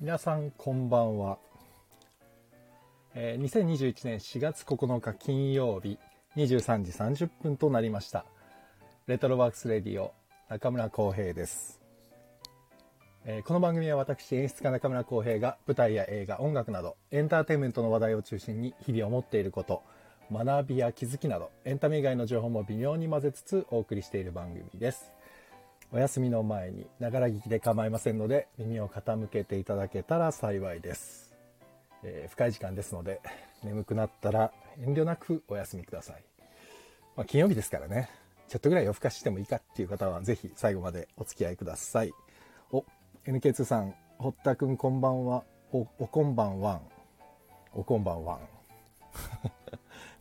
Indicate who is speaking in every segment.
Speaker 1: 皆さんこんばんは、えー2021年4月9日金曜日23時30分となりましたレトロワークスレディオ中村浩平です、えーこの番組は私演出家中村浩平が舞台や映画音楽などエンターテインメントの話題を中心に日々思っていること学びや気づきなどエンタメ以外の情報も微妙に混ぜつつお送りしている番組ですお休みの前にながら聞きで構いませんので耳を傾けていただけたら幸いです、えー深い時間ですので眠くなったら遠慮なくお休みください、まあ、金曜日ですからねちょっとぐらい夜更かししてもいいかっていう方はぜひ最後までお付き合いくださいお NK2 さん堀田くんこんばんはおおこんばんはんおこんばんは ん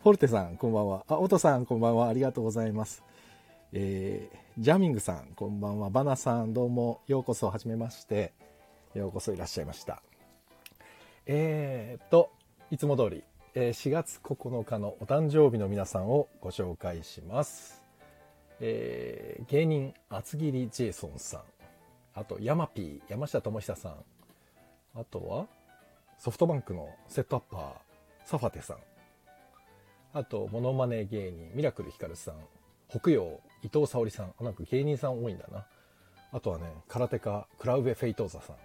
Speaker 1: フォルテさん、こんばんは。あ、オトさん、こんばんは。ありがとうございます。えー、ジャミングさん、こんばんは。バナさん、どうも、ようこそ、はじめまして。ようこそいらっしゃいました。えーと、いつも通り、えー4月9日のお誕生日の皆さんをご紹介します。えー、芸人、厚切りジェイソンさん。あと、ヤマピー、山下智久さん。あとは、ソフトバンクのセットアッパー、サファテさん。あと、モノマネ芸人、ミラクルひかるさん、北洋、伊藤沙織さん、あなんか芸人さん多いんだな。あとはね、空手家、倉上フェイトーザさん、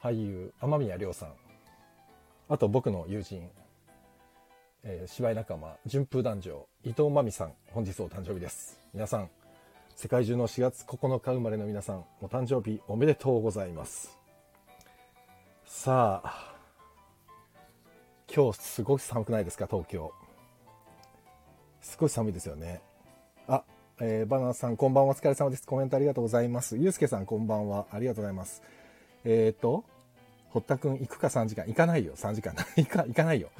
Speaker 1: 俳優、天宮亮さん、あと僕の友人、えー芝居仲間、順風男女、伊藤真美さん、本日お誕生日です。皆さん、世界中の4月9日生まれの皆さん、お誕生日おめでとうございます。さあ、今日すごく寒くないですか東京少し寒いですよねあ、えーバナナさんこんばんはお疲れ様ですコメントありがとうございますゆうすけさんこんばんはありがとうございますえっ、ー、と堀田くん行くか3時間行かないよ3時間 行か行かないよ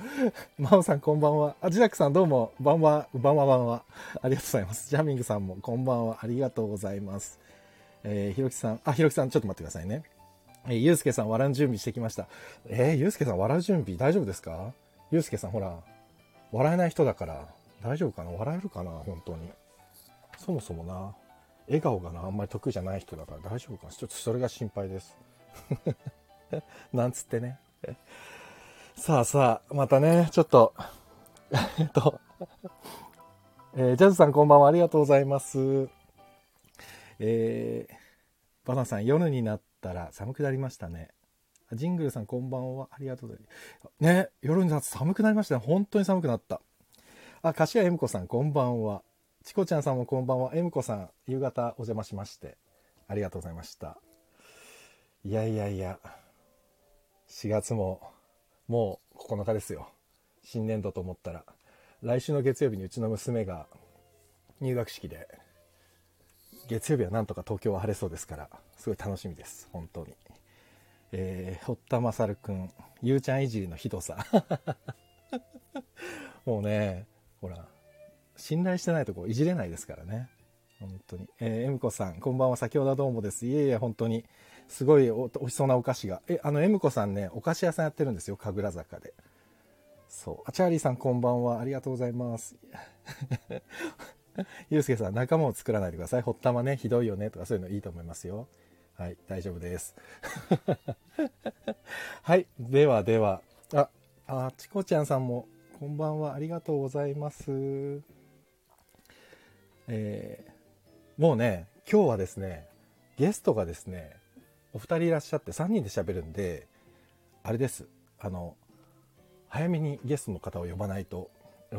Speaker 1: 真央さんこんばんはあジラクさんどうもばんはばんはばんはありがとうございますジャミングさんもこんばんはありがとうございますえーひろきさんあひろきさんちょっと待ってくださいねえー、ゆうすけさん、笑う準備してきました。えー、ゆうすけさん、笑う準備大丈夫ですかゆうすけさん、ほら、笑えない人だから、大丈夫かな笑えるかな本当に。そもそもな、笑顔がな、あんまり得意じゃない人だから大丈夫かなちょっとそれが心配です。 なんつってね。さあさあ、またね、ちょっと、えっと、えージャズさんこんばんは、ありがとうございます。えー、バナさん、夜になったら寒くなりましたね。あジングルさん、こんばんは。ありがとうございます。ね、夜になって寒くなりましたね。本当に寒くなった。あ、柏恵む子さん、こんばんは。チコちゃんさんもこんばんは。恵む子さん、夕方お邪魔しまして。ありがとうございました。いやいやいや、4月も、もう9日ですよ。新年度と思ったら。来週の月曜日にうちの娘が入学式で月曜日はなんとか東京は晴れそうですから、すごい楽しみです、本当に。えー、堀田勝くん、ゆうちゃんいじりのひどさ。 もうね、ほら、信頼してないとこいじれないですからね。本当に。えー、えむこさん、こんばんは、先ほどはどうもです。いえいえ、本当に、すごいお美味しそうなお菓子が。え、あの、えむこさんね、お菓子屋さんやってるんですよ、神楽坂で。そう。あ、チャーリーさん、こんばんは、ありがとうございます。ゆうすけさん、仲間を作らないでください。ほったまね、ひどいよね、とかそういうのいいと思いますよ。はい、大丈夫です。 はい、ではでは。あ、あ、チコちゃんさんも、こんばんは、ありがとうございます。えーもうね、今日はですね、ゲストがですね、お二人いらっしゃって3人で喋るんで、あれです、あの、早めにゲストの方を呼ばないと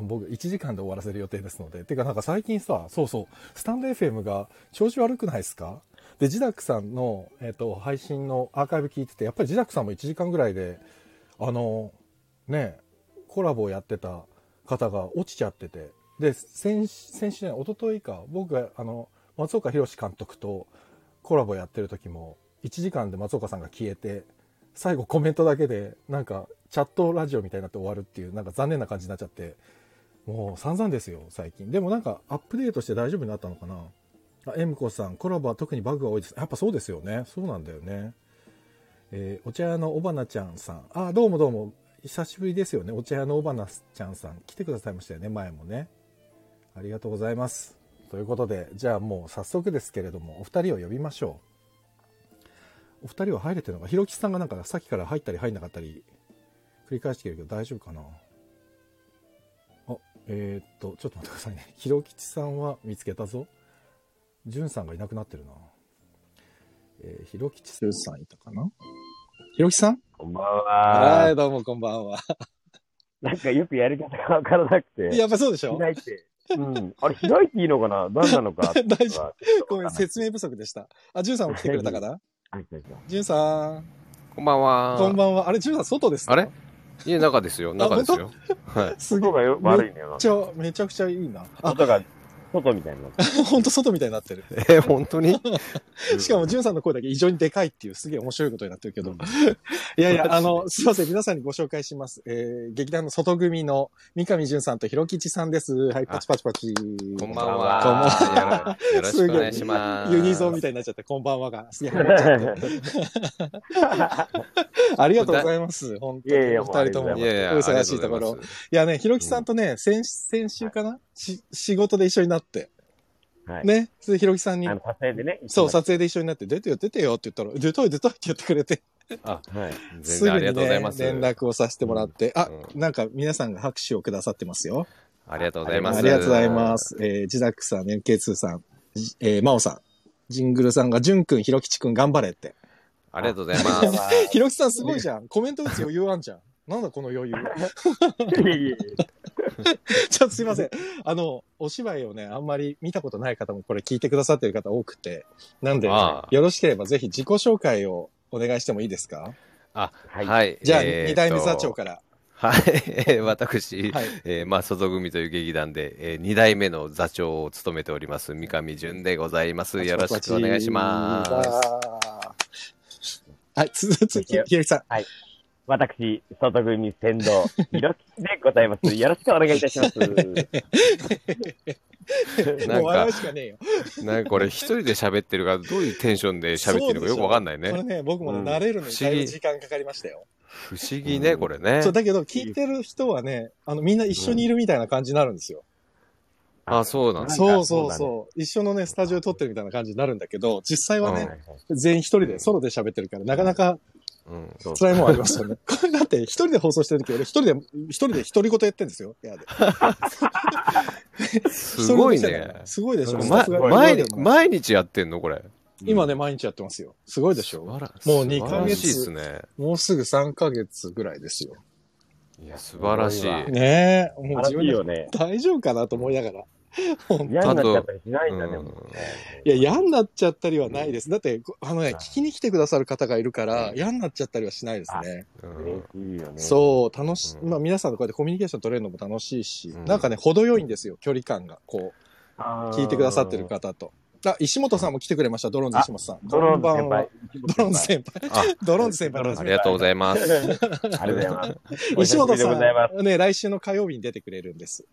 Speaker 1: 僕1時間で終わらせる予定ですのでてかなんか最近さそうそうスタンド FM が調子悪くないですかでジダクさんの、えっと配信のアーカイブ聞いててやっぱりジダクさんも1時間ぐらいであのねコラボをやってた方が落ちちゃっててで先先週ね一昨日か僕があの松岡弘監督とコラボやってる時も1時間で松岡さんが消えて最後コメントだけでなんかチャットラジオみたいになって終わるっていうなんか残念な感じになっちゃってもう散々ですよ最近でもなんかアップデートして大丈夫になったのかなあエムコさんコラボは特にバグが多いですやっぱそうですよねそうなんだよねえーお茶屋のおばなちゃんさんあどうもどうも久しぶりですよねお茶屋のおばなちゃんさん来てくださいましたよね前もねありがとうございますということでじゃあもう早速ですけれどもお二人を呼びましょう
Speaker 2: お二人は入れてるのかひろきさんがなんかさっきから入ったり入んなかったり繰り返してるけど大丈夫かなあえー、っとちょっと待ってくださいね ひろきちさんは見つけたぞじゅんさんがいなくなってるなえー、ひろきちさん
Speaker 1: ルーさんいたかなひろきさん
Speaker 3: こんばん
Speaker 1: は
Speaker 3: は。
Speaker 1: い、どうもこんばんは。
Speaker 3: なんかよくやり方がわからなくて。
Speaker 1: やっぱそうでしょ
Speaker 3: 開いて。うん。あれ、開いていいのかな何なのか
Speaker 1: 大丈
Speaker 3: 夫
Speaker 1: ごめん、説明不足でした。あ、じゅんさんも来てくれたかなじゅんさん、
Speaker 4: こんばんは。
Speaker 1: こんばんは。あれ、じゅんさん外ですか
Speaker 4: あれ家の中ですよ。中ですよ。はい。
Speaker 1: すご
Speaker 3: 音
Speaker 1: い。め
Speaker 3: がよ悪いんだよ
Speaker 1: っちゃ、めちゃくちゃいいな。
Speaker 3: な。
Speaker 1: あ、
Speaker 3: 音が、外みたいになって
Speaker 1: ほんと外みたいになってる。
Speaker 4: え、本当に
Speaker 3: る。
Speaker 1: しかも、
Speaker 3: うん
Speaker 1: じゅんさんの声だけ異常にでかいっていう、すげえ面 白いことになってるけど。いやいや、あの、すいません。皆さんにご紹介します。えー、劇団の外組の三上じゅんさんとひろきちさんです。はい、パチパチパチ。
Speaker 4: こんばん
Speaker 3: こんばん
Speaker 4: は。よろしくお願いし
Speaker 1: は
Speaker 4: ます。
Speaker 1: ユニゾンみた
Speaker 4: たい
Speaker 1: いになっちゃって、こん ばんはが。すげえ入っちゃって。ありがとうございます。本当に。
Speaker 3: いやいや
Speaker 1: お二人とも。
Speaker 3: もうありがとうございま
Speaker 1: お忙し
Speaker 3: す
Speaker 4: いやいや、
Speaker 1: いところ
Speaker 4: ありがうございます。
Speaker 1: いやね、ひろきさんとね、先先週かなし、仕事で一緒になって。
Speaker 3: はい。
Speaker 1: ね。それでひろきさんに
Speaker 3: あ、の、撮影でね。
Speaker 1: そう、撮影で一緒になって、出てよ、出てよって言ったら、出たい、出たいって言ってくれて、
Speaker 3: はい。
Speaker 4: 全
Speaker 1: すぐ
Speaker 4: 然あ
Speaker 1: に
Speaker 4: り
Speaker 1: ね、
Speaker 4: がとうござい
Speaker 1: 連
Speaker 4: ます。
Speaker 1: 絡をさせてもらって、あ、
Speaker 4: う
Speaker 1: なんか皆さんが拍手をくださってますよ。
Speaker 4: ありがとうございます。
Speaker 1: ありがとうございます。えー、ジダックさん、MK2 さん、じえー、マオさん、ジングルさんが、ジュンくん、ひろきちくん頑張れって。
Speaker 4: ありがとうございます。
Speaker 1: ひろきさんすごいじゃん。コメント打つ余裕あんじゃん。なんだこの余裕。
Speaker 3: いやいやいや
Speaker 1: ちょっとすいません。あの、お芝居をね、あんまり見たことない方もこれ聞いてくださってる方多くて。なんで、
Speaker 4: ああ
Speaker 1: よろしければぜひ自己紹介をお願いしてもいいですか
Speaker 3: はい。
Speaker 4: はい。
Speaker 1: じゃあ、
Speaker 4: えーと
Speaker 1: 二代目座長。から。
Speaker 4: はい。 えー私、
Speaker 1: はい。
Speaker 4: えー、まあ、外組という劇団で、えー、2代目の座長を務めております、三上淳でございます。よろしくお願いします。
Speaker 1: す。はい、続き、ひろきさん。
Speaker 3: 私、外組先導、ひろきでございます。よろしくお願いいたします。
Speaker 4: なんか
Speaker 1: もう笑うしかねえよ。
Speaker 4: なんかこれ一人で喋ってるからどういうテンションで喋ってるのかよくわかんない
Speaker 1: これ
Speaker 4: ね。
Speaker 1: ね、僕もね、
Speaker 3: うん
Speaker 1: 慣れるのに
Speaker 4: 不
Speaker 1: だ
Speaker 4: 思
Speaker 1: い
Speaker 4: 議
Speaker 1: ぶ時間かかりましたよ。
Speaker 4: 不思議ね、これね
Speaker 1: そう、。だけど聞いてる人はね、あの、みんな一緒にいるみたいな感じになるんですよ。
Speaker 4: あ、そうなん
Speaker 3: ん
Speaker 4: だ。
Speaker 3: か
Speaker 1: そうそう
Speaker 3: そうだ
Speaker 1: そう。一緒のね、スタジオで撮ってるみたいな感じになるんだけど、実際は
Speaker 4: う
Speaker 1: ね
Speaker 4: ん、
Speaker 1: 全員一人でソロで喋ってるから、なかなか
Speaker 4: うん。
Speaker 3: そう
Speaker 1: 辛いもんありますよね。これだって一人で放送してる時、俺一人で、一人で独り言言ってんですよ、部屋で。
Speaker 4: すごい
Speaker 1: 一人で見てた
Speaker 4: ね
Speaker 1: から。すごいでしょ、
Speaker 3: ま
Speaker 1: スタッ
Speaker 4: ま
Speaker 1: フが
Speaker 4: 毎日毎日やってんのこれ。
Speaker 1: 今ね、毎日やってますよ。すごいでし
Speaker 4: 素
Speaker 1: ょ
Speaker 4: 晴ら
Speaker 1: もう二ヶ月
Speaker 4: 素晴らしいですね。
Speaker 1: もうすぐ3ヶ月ぐらいですよ。
Speaker 4: いや、素晴らし
Speaker 3: すごいわ
Speaker 4: い。
Speaker 1: ねえ、もう自
Speaker 3: 楽し
Speaker 1: 分
Speaker 3: い
Speaker 1: で
Speaker 3: よね。
Speaker 1: 大丈夫かなと思いながら。
Speaker 3: 嫌になっちゃったりしないんだね。もうね
Speaker 1: いや、嫌になっちゃったりはないです。だって、こあのね、聞きに来てくださる方がいるから、嫌になっちゃったりはしないですね。
Speaker 4: うん
Speaker 3: 嬉しいよね。
Speaker 1: そう、楽し、
Speaker 4: うん
Speaker 1: まあ皆さんとこうやってコミュニケーション取れるのも楽しいし、
Speaker 4: うん
Speaker 1: なんかね、程よいんですよ、距離感が。こ
Speaker 3: あ
Speaker 1: う、
Speaker 3: ー
Speaker 1: 聞いてくださってる。方と。あ、石本さんも来てくれました、ドローンズ石本さん。
Speaker 3: ドローンズ先輩。
Speaker 1: ドローンズ先輩。
Speaker 4: あ、
Speaker 1: ドローンズ先輩
Speaker 3: ドローン
Speaker 1: 初
Speaker 3: ズ先輩
Speaker 4: あ
Speaker 1: め
Speaker 4: り
Speaker 1: て
Speaker 4: がとうございます。
Speaker 3: ありがとうございます。
Speaker 1: 石本
Speaker 3: お久しぶりでございま
Speaker 1: さ
Speaker 3: す。
Speaker 1: ん、ね、来週の火曜日に出てくれるんです。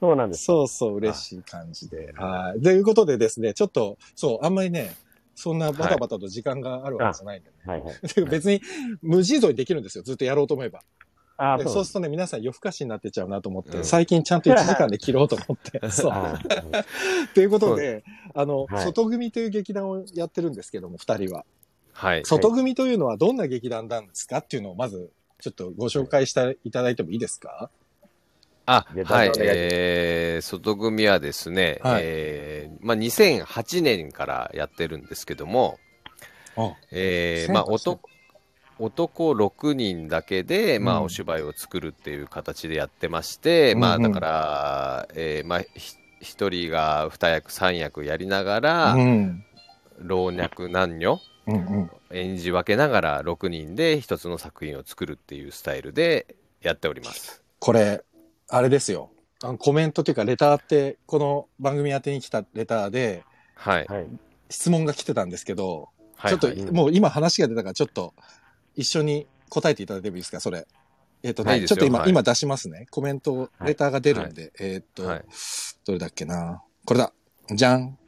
Speaker 3: そうなんです。
Speaker 1: そうそう、嬉しい感じで。はい。ということでですね、ちょっと、そう、あんまりね、そんなバタバタと時間があるわけじゃ ないんでね。
Speaker 3: はいはい。
Speaker 1: てか別に、無尽蔵にできるんですよ、ずっとやろうと思えば。
Speaker 3: あー
Speaker 1: で
Speaker 3: そう
Speaker 1: そ
Speaker 3: な
Speaker 1: うん
Speaker 3: で
Speaker 1: るとね、皆
Speaker 3: す
Speaker 1: さん夜更かしになってっちゃうなと思って、
Speaker 4: うん
Speaker 1: 最近ちゃんと1時間で切ろうと思って。そう。
Speaker 3: あー
Speaker 1: ということで、あの、
Speaker 3: はい
Speaker 1: 外組という劇団をやってるんですけども、二人は。
Speaker 4: はい。
Speaker 1: 外組というのはどんな劇団なんですかっていうのをまず、ちょっとご紹介していただいてもいいですか
Speaker 4: あ
Speaker 3: じゃ、あ
Speaker 4: はい
Speaker 3: どうぞお願いします。
Speaker 4: えー、外組はですね、
Speaker 1: はい
Speaker 4: えー、まあ、2008年からやってるんですけども、
Speaker 1: あ
Speaker 4: えー、まあ、
Speaker 1: 2008
Speaker 4: 男、男6人だけで、まあ、
Speaker 1: うん
Speaker 4: お芝居を作るっていう形でやってまして、まあ、
Speaker 1: うんう
Speaker 4: だ
Speaker 1: ん
Speaker 4: から、えー、まあ、ひ一人が二役、三役やりながら、
Speaker 1: ん。
Speaker 4: 老若男女、
Speaker 1: うんうん。
Speaker 4: 演じ分けながら6人で一つの作品を作るっていうスタイルでやっております。
Speaker 1: これ、あれですよ。あのコメントというか、レターって、この番組宛てに来たレターで、
Speaker 4: はい。
Speaker 3: はい。
Speaker 1: 質問が来てたんですけど、
Speaker 4: はい、
Speaker 1: ちょっと、
Speaker 4: はい
Speaker 1: もう今話が出たから、ちょっと、一緒に答えていただいてもいいですか、それ。えっ、とね、
Speaker 4: はいいいです
Speaker 1: ちょっ
Speaker 4: よ
Speaker 1: と今、
Speaker 4: はい
Speaker 1: 今出しますね。コメント、
Speaker 3: はい
Speaker 1: レターが出るんで、えっ、と、
Speaker 4: はい
Speaker 1: どれだっけな。これだ。じゃん。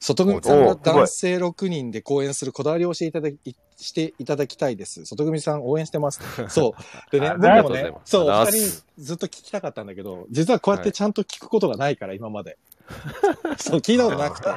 Speaker 1: 外組さんが
Speaker 3: おすごい
Speaker 1: 男性6人で公演するこだわりをしていただき、していただきたいです。外組さん応援して ます。そう。でね、
Speaker 3: あ
Speaker 1: 僕も
Speaker 4: ありがとうござい
Speaker 1: ね
Speaker 4: ま、す
Speaker 1: そう、お
Speaker 4: あ
Speaker 1: 二
Speaker 4: りがとうございます
Speaker 1: 人にずっと聞きたかったんだけど、実はこうやってちゃんと聞くことがないから、今まで。そう、聞いたことなくて。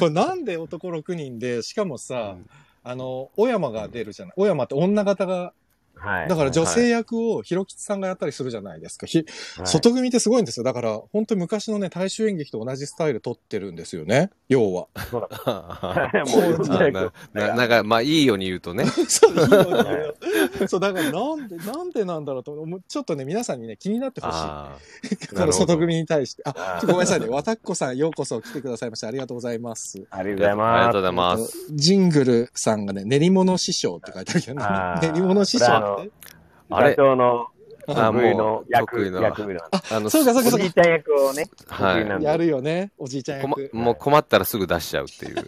Speaker 1: これなんで男6人で、しかもさ、あの、小山が出るじゃない。小山って女方が、
Speaker 3: はい。
Speaker 1: だから女性役をひろきつさんがやったりするじゃないですか。ひ
Speaker 3: はい
Speaker 1: 外組ってすごいんですよ。だから、本当に昔のね、大衆演劇と同じスタイル取ってるんですよね。要 は。
Speaker 4: あ
Speaker 3: もう、
Speaker 4: なな なんか、まあ、いいように言 うとね。
Speaker 1: そう、いいよねそう、だからなんで、なんでなんだろうと思う、ちょっとね、皆さんにね、気になってほしい。
Speaker 4: あ
Speaker 1: この外組に対して。あ、
Speaker 3: あ
Speaker 1: ちょごめんなさいね。わたっこさん、ようこそ来てくださいました。ありがとうございます。
Speaker 3: ありがと
Speaker 4: ー
Speaker 3: うござい
Speaker 4: ありが
Speaker 3: ま
Speaker 4: とうご
Speaker 3: す。
Speaker 4: ざいます。
Speaker 1: ジングルさんがね、練り物師匠って書いてあるけどね
Speaker 3: あー
Speaker 1: 練り物師匠って。
Speaker 4: あれ
Speaker 3: 社長の
Speaker 4: あー
Speaker 3: 得意
Speaker 4: も
Speaker 3: の
Speaker 4: う
Speaker 3: 役、
Speaker 4: 得意の
Speaker 3: 役目な
Speaker 4: あの
Speaker 1: そうかそうか
Speaker 3: お
Speaker 1: そう
Speaker 3: じ
Speaker 1: か
Speaker 3: いちゃん役をね、
Speaker 4: はい
Speaker 3: 得意なん
Speaker 1: や
Speaker 3: で。
Speaker 1: るよね、おじいちゃん
Speaker 4: こま
Speaker 1: 役。
Speaker 4: もう困ったらすぐ出しちゃうっていう。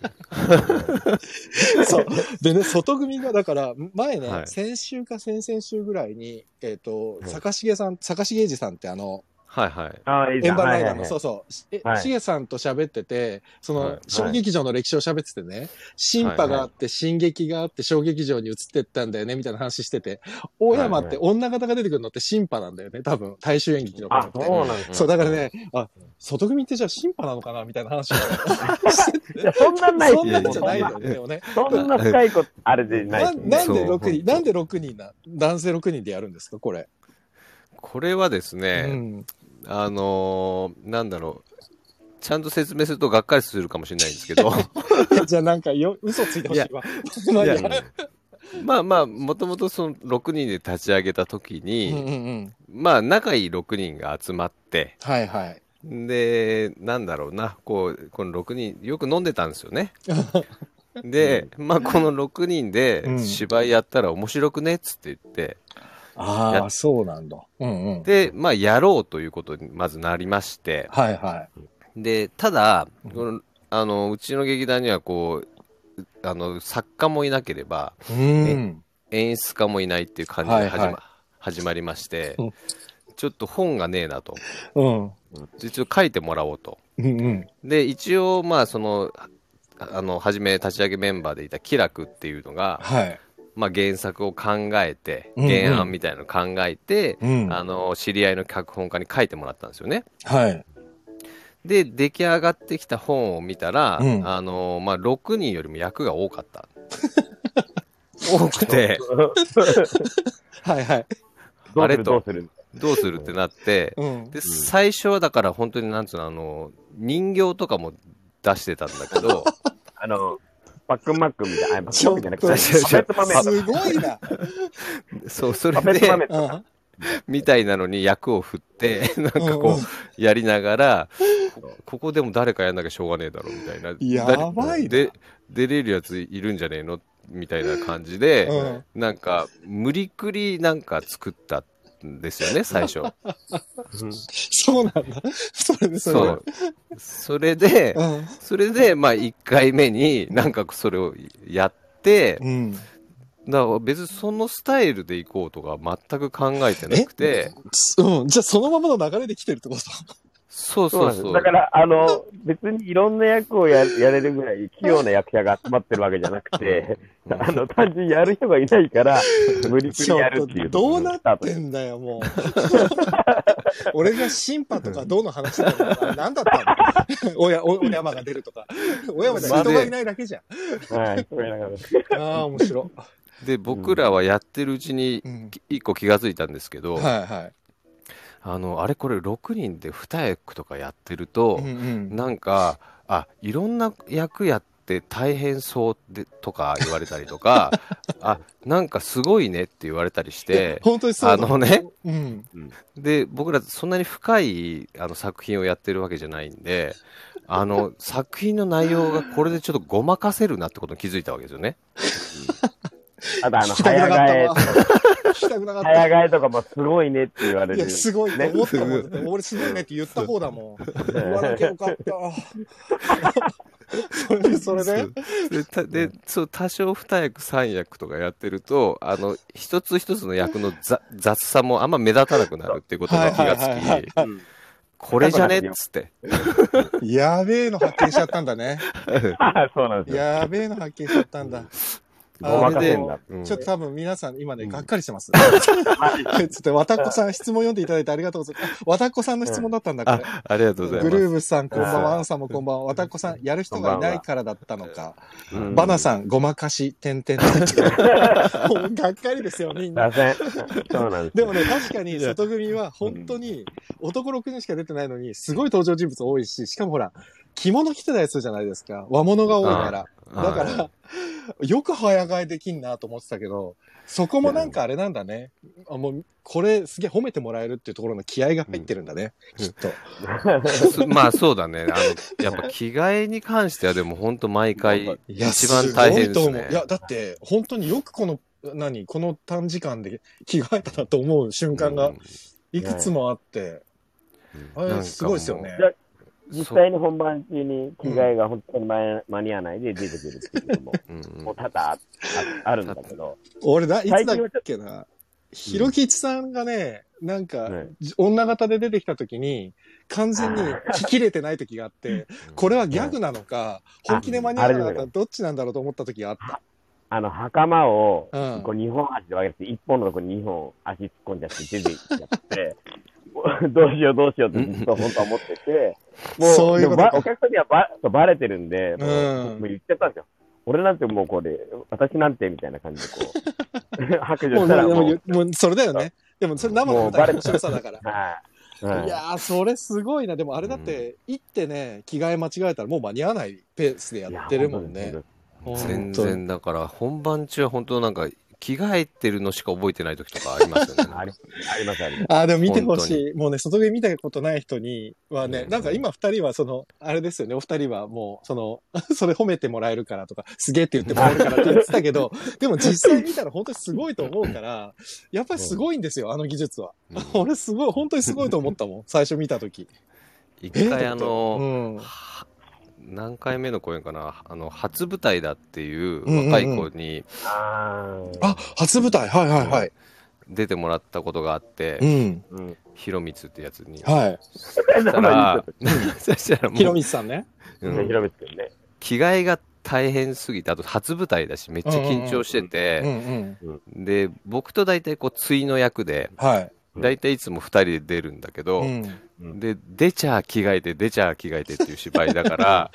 Speaker 1: そう。でね、外組が、だから、前ね、
Speaker 4: はい
Speaker 1: 先週か先々週ぐらいに、えっ、と、
Speaker 3: はい
Speaker 1: 坂重さん、坂重英二さんってあの、
Speaker 4: はいはい。
Speaker 3: ああ、いいじ
Speaker 1: 円
Speaker 3: ゃん。
Speaker 1: 盤ラ
Speaker 3: はい
Speaker 1: イ
Speaker 3: は
Speaker 1: ダーの、
Speaker 3: いはい
Speaker 1: そうそう、しえ
Speaker 3: は、い
Speaker 1: しげさんと喋ってて、そ
Speaker 4: はい
Speaker 1: の、小劇場の歴史を喋っててね、新派があって、新劇があって、小劇場に移ってったんだよね、みたいな話してて、大山って女方が出てくるのって新派なんだよね、多分、大衆演劇の
Speaker 3: あ、
Speaker 1: ことって。
Speaker 3: そうなんです
Speaker 4: ん
Speaker 1: そう、だからね、あ、外組ってじゃあ新派なのかな、みたいな話を。
Speaker 3: いや、そんなんない
Speaker 1: そんなんじゃない
Speaker 4: よ
Speaker 1: のよね、でもね。
Speaker 3: そんな深いこと、あれでない
Speaker 1: な
Speaker 3: ですね。
Speaker 1: なんで
Speaker 4: そう
Speaker 1: 6人、なんで6人な、男性6人でやるんですか、これ。
Speaker 4: これはです
Speaker 1: う
Speaker 4: ね、
Speaker 1: ん。
Speaker 4: あのーなんだろう。ちゃんと説明するとがっかりするかもしれないんです けど、
Speaker 1: じゃあなんかよ、嘘ついてほしいわ。 まあいいや
Speaker 4: いやまあまあ、もともとその6人で立ち上げた時
Speaker 1: うんうん
Speaker 4: に、
Speaker 1: うん。
Speaker 4: まあ仲いい6人が集まって、
Speaker 1: はいはい。
Speaker 4: で、なんだろうな、こう、この6人、よく飲んでたんです よね。で、まあこの6人
Speaker 1: う
Speaker 4: で
Speaker 1: ん
Speaker 4: 芝居やったら面白くねっつって言って、
Speaker 1: ああ、そうなんだ。うんうん。
Speaker 4: で、まあやろうということにまずなりまして、
Speaker 1: はいは
Speaker 4: で、ただ
Speaker 1: うん、
Speaker 4: このあの、うちの劇団にはこう、あの、作家もいなければ、
Speaker 1: い。うん。
Speaker 4: 演出家もいないっていう感じで始ま,、
Speaker 1: はいはい
Speaker 4: 始まりまして
Speaker 1: うん、
Speaker 4: ちょっと本がねえなと。
Speaker 1: うん。
Speaker 4: でちょっと書いてもらおうと。
Speaker 1: うんうん。
Speaker 4: で、一応、まあ、その、ああの、初め立ち上げメンバーでいたキラクっていうのが、
Speaker 1: はい。
Speaker 4: まあ、原作を考えて、
Speaker 1: うんうん
Speaker 4: 原案みたいなのを考えて、
Speaker 1: うん。
Speaker 4: あ
Speaker 1: は
Speaker 4: の、知り合いの脚本家に書いてもらったんですよね。
Speaker 1: い。
Speaker 4: で、出来上がってきた本を見たら、
Speaker 1: うん
Speaker 4: あの、まあ、6人よりも役が多かった。多 くて、
Speaker 1: はいはい。
Speaker 4: あれ
Speaker 3: どうす
Speaker 4: と
Speaker 3: るどうする
Speaker 4: どうするってなって、
Speaker 1: うん。
Speaker 4: で、最初はだから本当になんつうの、あの、人形とかも出してたんだけ ど、
Speaker 3: あの、パックンマックンみたいな、あパッ
Speaker 1: ち
Speaker 3: クン
Speaker 1: ょ
Speaker 3: マ
Speaker 1: っ
Speaker 3: ックンじゃな
Speaker 1: と、
Speaker 3: くて、パペットマメ
Speaker 1: すごいな。
Speaker 4: そう、それ
Speaker 3: パペット
Speaker 4: で
Speaker 3: マ、メ
Speaker 1: うん。
Speaker 4: みたいなのに役を振って、なんか
Speaker 1: うんう
Speaker 4: こ
Speaker 1: ん
Speaker 4: う、やりながら、こここでも誰かやんなきゃしょうがねえだろ、みたいな。
Speaker 1: やばいな
Speaker 4: で、出れるやついるんじゃねえのみたいな感じ
Speaker 1: う
Speaker 4: で、
Speaker 1: ん。
Speaker 4: なんか、無理くりなんか作ったんです よね、最初。
Speaker 1: そうなんだ。それでそれ
Speaker 4: そ
Speaker 1: で。
Speaker 4: う。それで、
Speaker 1: うん。
Speaker 4: それで、まあ、1回目になんかそれをやって、
Speaker 1: うん。
Speaker 4: だから別にそのスタイルでいこうとか全く考えてなくて、
Speaker 1: うん。じゃあそのままの流れで来てるってこと
Speaker 4: そう
Speaker 3: そうな
Speaker 4: そうん
Speaker 3: で
Speaker 4: そ
Speaker 3: す。
Speaker 4: う。
Speaker 3: だから、あの、別にいろんな役をややれるぐらい、器用な役者が集まってるわけじゃなくて、
Speaker 4: うん
Speaker 3: あの、単純にやる人がいないから、無理く
Speaker 1: ち
Speaker 3: り
Speaker 1: ょ
Speaker 3: や
Speaker 1: っ
Speaker 3: る
Speaker 1: と
Speaker 3: っていう。
Speaker 1: どうなっ
Speaker 3: スタート
Speaker 1: てんだよ、もう。 俺が審判とかどうの話だったのか、何だったのおや、お、お山が出るとか。お山じゃ人がいないだけじゃん。
Speaker 3: はい、そう言いなが ら。
Speaker 1: ああ、面白。
Speaker 4: で、僕らはやってるうちに
Speaker 1: うん。
Speaker 4: 一個気がついたんですけど、
Speaker 1: はいはい。
Speaker 4: あのあれこれ6人で2役とかやってると、
Speaker 1: うんうん
Speaker 4: なんかあいろんな役やって大変そうでとか言われたり とかあなんかすごいねって言われたりして
Speaker 1: 本当にそうだ
Speaker 4: あのね。
Speaker 1: うん。
Speaker 4: で僕らそんなに深いあの作品をやってるわけじゃないんであの作品の内容がこれでちょっとごまかせるなってことに気づいたわけですよね。
Speaker 3: あと、あの、
Speaker 1: 聞きたく
Speaker 3: 早
Speaker 1: なかった
Speaker 3: 替え
Speaker 1: わ。聞きたくなかっ
Speaker 3: 早
Speaker 1: た。
Speaker 3: 替えとかもすごいねって言われ
Speaker 1: い
Speaker 3: る。
Speaker 1: や、すごいと思ったもんね。俺すごいねって言った方だもん。言わなきゃよかった。 それで、それで、
Speaker 4: でたでそう多少2役3役とかやってるとあの一つ一つの役のざ雑さもあんま目立たなくなるっていうことに気がつ
Speaker 1: はいはいはいはい
Speaker 4: きこれじゃねっつって
Speaker 1: やべえの発見しちゃったんだね。
Speaker 3: あそうなんですよ。
Speaker 1: やべえの発見しちゃったんだ。
Speaker 3: ごまかせるんだ。
Speaker 4: うん
Speaker 1: ちょっと多分皆さん今ね、
Speaker 4: うん
Speaker 1: がっかりしてます。
Speaker 3: はい。
Speaker 1: ちょっと、わたこさん質問読んでいただいてありがとうございます。あわたこさんの質問だったんだ、これ。
Speaker 4: あ、ありがとうござい
Speaker 1: グ
Speaker 4: ます。
Speaker 1: ルーブさん、こんばん
Speaker 3: あ
Speaker 1: は。
Speaker 3: ー
Speaker 1: アンさんもこんばんは。わたこさん、やる人がいないからだったのか。
Speaker 3: うん
Speaker 1: バナさん、ごまかし、てんてんてん。もうがっかりですよ、みんな。
Speaker 3: 打線。そうなんです
Speaker 1: で
Speaker 3: よ。
Speaker 1: もね、確かに外組は本当に男6人しか出てないのに、すごい登場人物多いし、しかもほら、着物着てたりするじゃないですか。和物が多いから。
Speaker 4: うん
Speaker 1: だから、よく早替えできんなと思ってたけど、そこもなんかあれなんだね。あもう、これすげえ褒めてもらえるっていうところの気合が入ってるんだね。
Speaker 4: うん
Speaker 1: きっと。
Speaker 4: すまあそうだね。あの、やっぱ着替えに関してはでも本当毎回
Speaker 1: いや
Speaker 4: 一番大変です
Speaker 1: ご
Speaker 4: す
Speaker 1: いと
Speaker 4: ね
Speaker 1: 思う。いや、だって、本当によくこの、何この短時間で着替えたなと思う瞬間がいくつもあって、
Speaker 4: うん
Speaker 1: あれすごいですよね。
Speaker 3: 実際に本番中に着替えが本当に間に間に合わないで出てくるっていうのも、
Speaker 4: うんうん
Speaker 3: もう多々ああるんだけど、
Speaker 1: 俺だ、いつ
Speaker 3: 最
Speaker 1: だっ
Speaker 3: 近はちょっ
Speaker 1: けな、ひろきちさんがね、なんか、
Speaker 3: ね
Speaker 1: じ女型で出てきた時に、完全に聞き切れてない時があ って、これはギャグなのか、
Speaker 3: うん
Speaker 1: 本気で間に合わなかっ
Speaker 3: ああ
Speaker 1: た
Speaker 3: れだ
Speaker 1: ら
Speaker 3: よ
Speaker 1: どっちなんだろうと思った時があった。
Speaker 3: あの、袴を、
Speaker 1: うん
Speaker 3: こう、二本足で分けて、一本のとこに二本足突っ込んじゃって、出ていっちゃって、 どうしようどうしようってずっと本当は思ってて、
Speaker 1: そういうことか
Speaker 3: でもばお客さんにはばそうバレてるんで、もう
Speaker 1: うん
Speaker 3: 僕も言っちゃったんですよ。俺なんてもうこれ、私なんてみたいな感じでこ う、 白状
Speaker 1: もう、
Speaker 3: したら
Speaker 1: も
Speaker 3: も
Speaker 1: う
Speaker 3: う、
Speaker 1: もうそれだよね。でも、それ生の
Speaker 3: も
Speaker 1: 舞
Speaker 3: うバ
Speaker 1: 台
Speaker 3: レ
Speaker 1: の白さだから。
Speaker 3: はい。はい
Speaker 1: いやー、それすごいな。でもあれだって、行ってね、着替え間違えたらもう間に合わないペースでやってるもん
Speaker 3: いや
Speaker 1: ね。
Speaker 4: うん
Speaker 1: 本
Speaker 4: 全
Speaker 1: 当に
Speaker 4: 然だから本番中は本当なんか着替えてるのしか覚えてない時とかありますよ ね。
Speaker 3: ありあります、あります。
Speaker 1: ああ、でも見てほしい。もうね、外で見たことない人にはね、
Speaker 4: うん
Speaker 1: なんか今二人はその、あれですよね、お二人はもう、その、 それ褒めてもらえるからとか、すげえって言ってもらえるからって言ってたけど、 でも実際見たら本当にすごいと思うから、やっぱりすごいんですよ、あの技術は。
Speaker 4: うん
Speaker 1: 俺すごい、本当にすごいと思ったも ん、最初見たとき。
Speaker 4: 一回あ
Speaker 1: う
Speaker 4: の、
Speaker 1: ん。
Speaker 4: は何回目の公演かな、あの、初舞台だってい
Speaker 1: うん
Speaker 4: う
Speaker 1: うんうん
Speaker 4: 若い子に
Speaker 3: あー
Speaker 1: あ、初舞台、はいはいはい。
Speaker 4: 出てもらったことがあって
Speaker 1: う、ん。
Speaker 3: うん。
Speaker 4: ひろみつってやつに。
Speaker 1: は
Speaker 4: そしたら、 そしたら
Speaker 1: い。ひろ
Speaker 4: もう、
Speaker 1: みつさんね。
Speaker 4: うん
Speaker 3: ねひろみくんね。
Speaker 4: 着替えが大変すぎて、あと初舞台だし、めっちゃ緊張して
Speaker 1: うんう
Speaker 4: て、
Speaker 1: ん。
Speaker 4: で、僕と大体こう、対の役で、
Speaker 1: はい。
Speaker 3: うん
Speaker 4: 大体いつも2人で出るんだけど、
Speaker 1: うん。
Speaker 4: で、出ちゃあ着替えて、出ちゃあ着替えてっていう芝居だから、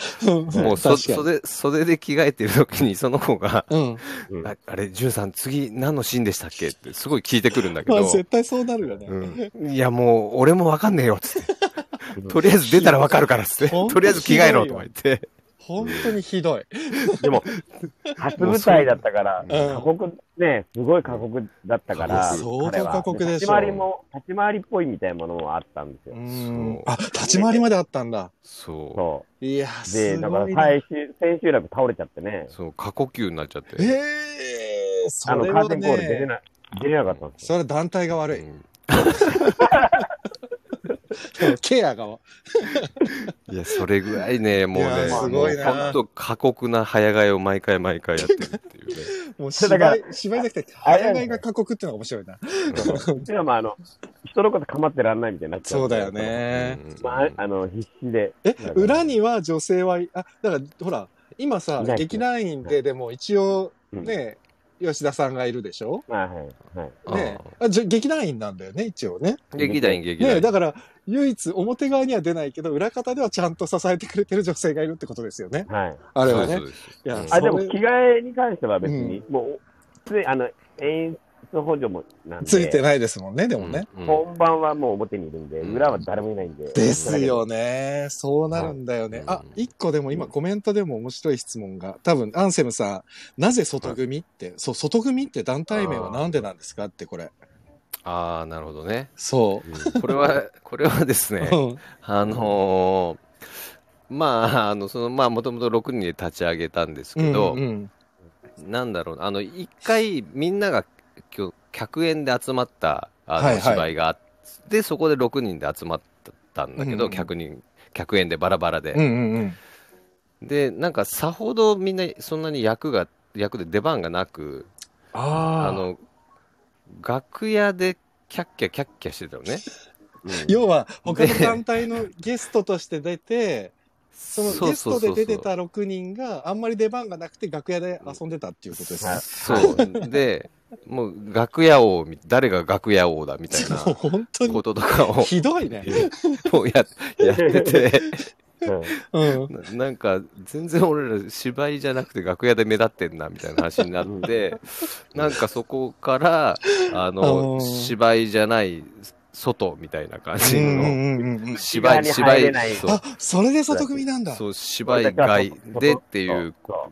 Speaker 4: もうそ
Speaker 1: 確かに。
Speaker 4: 袖、袖で着替えてる時にその子が、
Speaker 1: うん。
Speaker 3: うん
Speaker 4: ああれ、じゅんさん、次何のシーンでしたっけってすごい聞いてくるんだけ
Speaker 1: まあ
Speaker 4: ど、
Speaker 1: 絶対そうなるよね。
Speaker 4: うん、いや、もう俺もわかんねえ よっつって、とりあえず出たらわかるからっつって、
Speaker 1: 本当
Speaker 4: とりあえず着替えろとか言って、
Speaker 1: 本当にひどい。
Speaker 3: でも、初舞台だったから、
Speaker 1: うん
Speaker 3: 過酷、ね、すごい過酷だったから、
Speaker 1: うん相当
Speaker 3: 彼は
Speaker 1: 過酷でしょ
Speaker 3: 立ち回りも、立ち回りっぽいみたいなものもあったんですよ。
Speaker 4: ん
Speaker 1: あ、立ち回りまであったんだ。
Speaker 4: そ
Speaker 3: そ
Speaker 1: いや、
Speaker 3: う。で、
Speaker 1: す
Speaker 3: だから
Speaker 1: ごいな。え
Speaker 3: 最終、千秋楽倒れちゃってね
Speaker 4: う、、そう、過呼吸になっちゃって。
Speaker 1: えー、そ
Speaker 3: あの、
Speaker 1: れ
Speaker 3: カー
Speaker 1: は
Speaker 3: テンコール出れ
Speaker 1: ね、
Speaker 3: な、出れなかったんです
Speaker 1: そ
Speaker 3: よ。
Speaker 1: れは団体が悪い。
Speaker 4: うん
Speaker 1: ケアが。
Speaker 4: いや、それぐらいね、もう
Speaker 1: いや
Speaker 4: ね、
Speaker 1: す
Speaker 4: も
Speaker 1: ごいうな
Speaker 4: 本当過酷な早替えを毎回毎回やってるっていうね。
Speaker 1: もう
Speaker 3: だか
Speaker 1: 芝居、芝居じゃなくて、
Speaker 3: あれだ
Speaker 1: 早
Speaker 3: よね
Speaker 1: 替えが過酷ってのが面白いな。
Speaker 3: うちはまあ、あの、人のこと構ってらんないみたいになっちゃう。
Speaker 1: そうだよ。ね。
Speaker 4: うん
Speaker 3: まあ、あの、必死で。
Speaker 1: え
Speaker 3: なん、か
Speaker 1: 裏には女性は、あ、だから、ほら、今さ
Speaker 3: いな、い
Speaker 1: 劇団員ででも一応、
Speaker 3: うん
Speaker 1: ね、吉田さんがいるでしょ
Speaker 3: まあ、はい、はい。
Speaker 1: ねあじゃ劇団員なんだよね、一応ね。
Speaker 4: 劇団員、劇団
Speaker 1: ね
Speaker 4: 員。
Speaker 1: だから、唯一表側には出ないけど、裏方ではちゃんと支えてくれてる女性がいるってことですよね。
Speaker 3: はい。
Speaker 1: あれ
Speaker 4: そう
Speaker 1: は
Speaker 4: で
Speaker 1: ね
Speaker 4: すそ。うです
Speaker 1: いや
Speaker 4: うん
Speaker 1: そ
Speaker 3: あ、
Speaker 1: れ
Speaker 3: でも着替えに関しては別に、もう、つい、あの、演出補助もなんで。
Speaker 1: ついてないですもんね、でもね。
Speaker 4: うん
Speaker 3: 本番はもう表にいるんで、
Speaker 4: うん
Speaker 3: 裏は誰もいないんで。
Speaker 1: ですよね。そうなるんだよね。
Speaker 4: うん
Speaker 1: あ、一個でも今コメントでも面白い質問が。多分、アンセムさん、なぜ外組って、そう、外組って団体名はなんでなんですかってこれ。
Speaker 4: ああ、なるほどね。
Speaker 1: そ
Speaker 4: これは、これはです
Speaker 1: う。
Speaker 4: ね、
Speaker 1: うん
Speaker 4: あのーまあ、あの、その、まあ、もともと6人で立ち上げたんですけど、
Speaker 1: うんうん
Speaker 4: なんだろうな、あの、一回みんなが今日客演で集まった、あ
Speaker 1: はい
Speaker 4: の、
Speaker 1: はい
Speaker 4: 芝居があって、で、そこで6人で集まったんだけど、
Speaker 1: うん
Speaker 4: 客人、客演でバラバラで。
Speaker 1: うんうんうん。
Speaker 4: で、なんかさほどみんなそんなに役が、役で出番がなく、あ
Speaker 1: ああ。
Speaker 4: の、楽屋でキャッキャキャッキャしてたのね。
Speaker 3: うん
Speaker 1: 要は、他の団体のゲストとして出て、その
Speaker 4: そう
Speaker 1: ゲス
Speaker 4: そうそう
Speaker 1: ト
Speaker 4: そ
Speaker 1: で
Speaker 4: う
Speaker 1: 出てた6人があんまり出番がなくて楽屋で遊んでたっていうことですね。
Speaker 4: そう。で、もう楽屋王み、誰が楽屋王だみたい
Speaker 1: もう
Speaker 4: な
Speaker 1: 本当
Speaker 4: こ
Speaker 1: に
Speaker 4: ととかを、
Speaker 1: ひどいね。
Speaker 4: もうややってて、
Speaker 3: うん
Speaker 1: う ん。
Speaker 4: ななんか全然俺ら芝居じゃなくて楽屋で目立ってんなみたいな話になってなんかそこからあ
Speaker 1: あ
Speaker 4: の
Speaker 1: ー
Speaker 4: 芝居じゃない外みたいな感
Speaker 1: う
Speaker 4: じ
Speaker 1: んうんう
Speaker 4: の
Speaker 1: んうん
Speaker 4: 芝居
Speaker 3: 内側
Speaker 4: 芝
Speaker 3: に入れ
Speaker 4: 居
Speaker 3: ない
Speaker 4: そう
Speaker 1: あ、それで外組なんだ。
Speaker 4: そう芝居外でっていう
Speaker 3: そ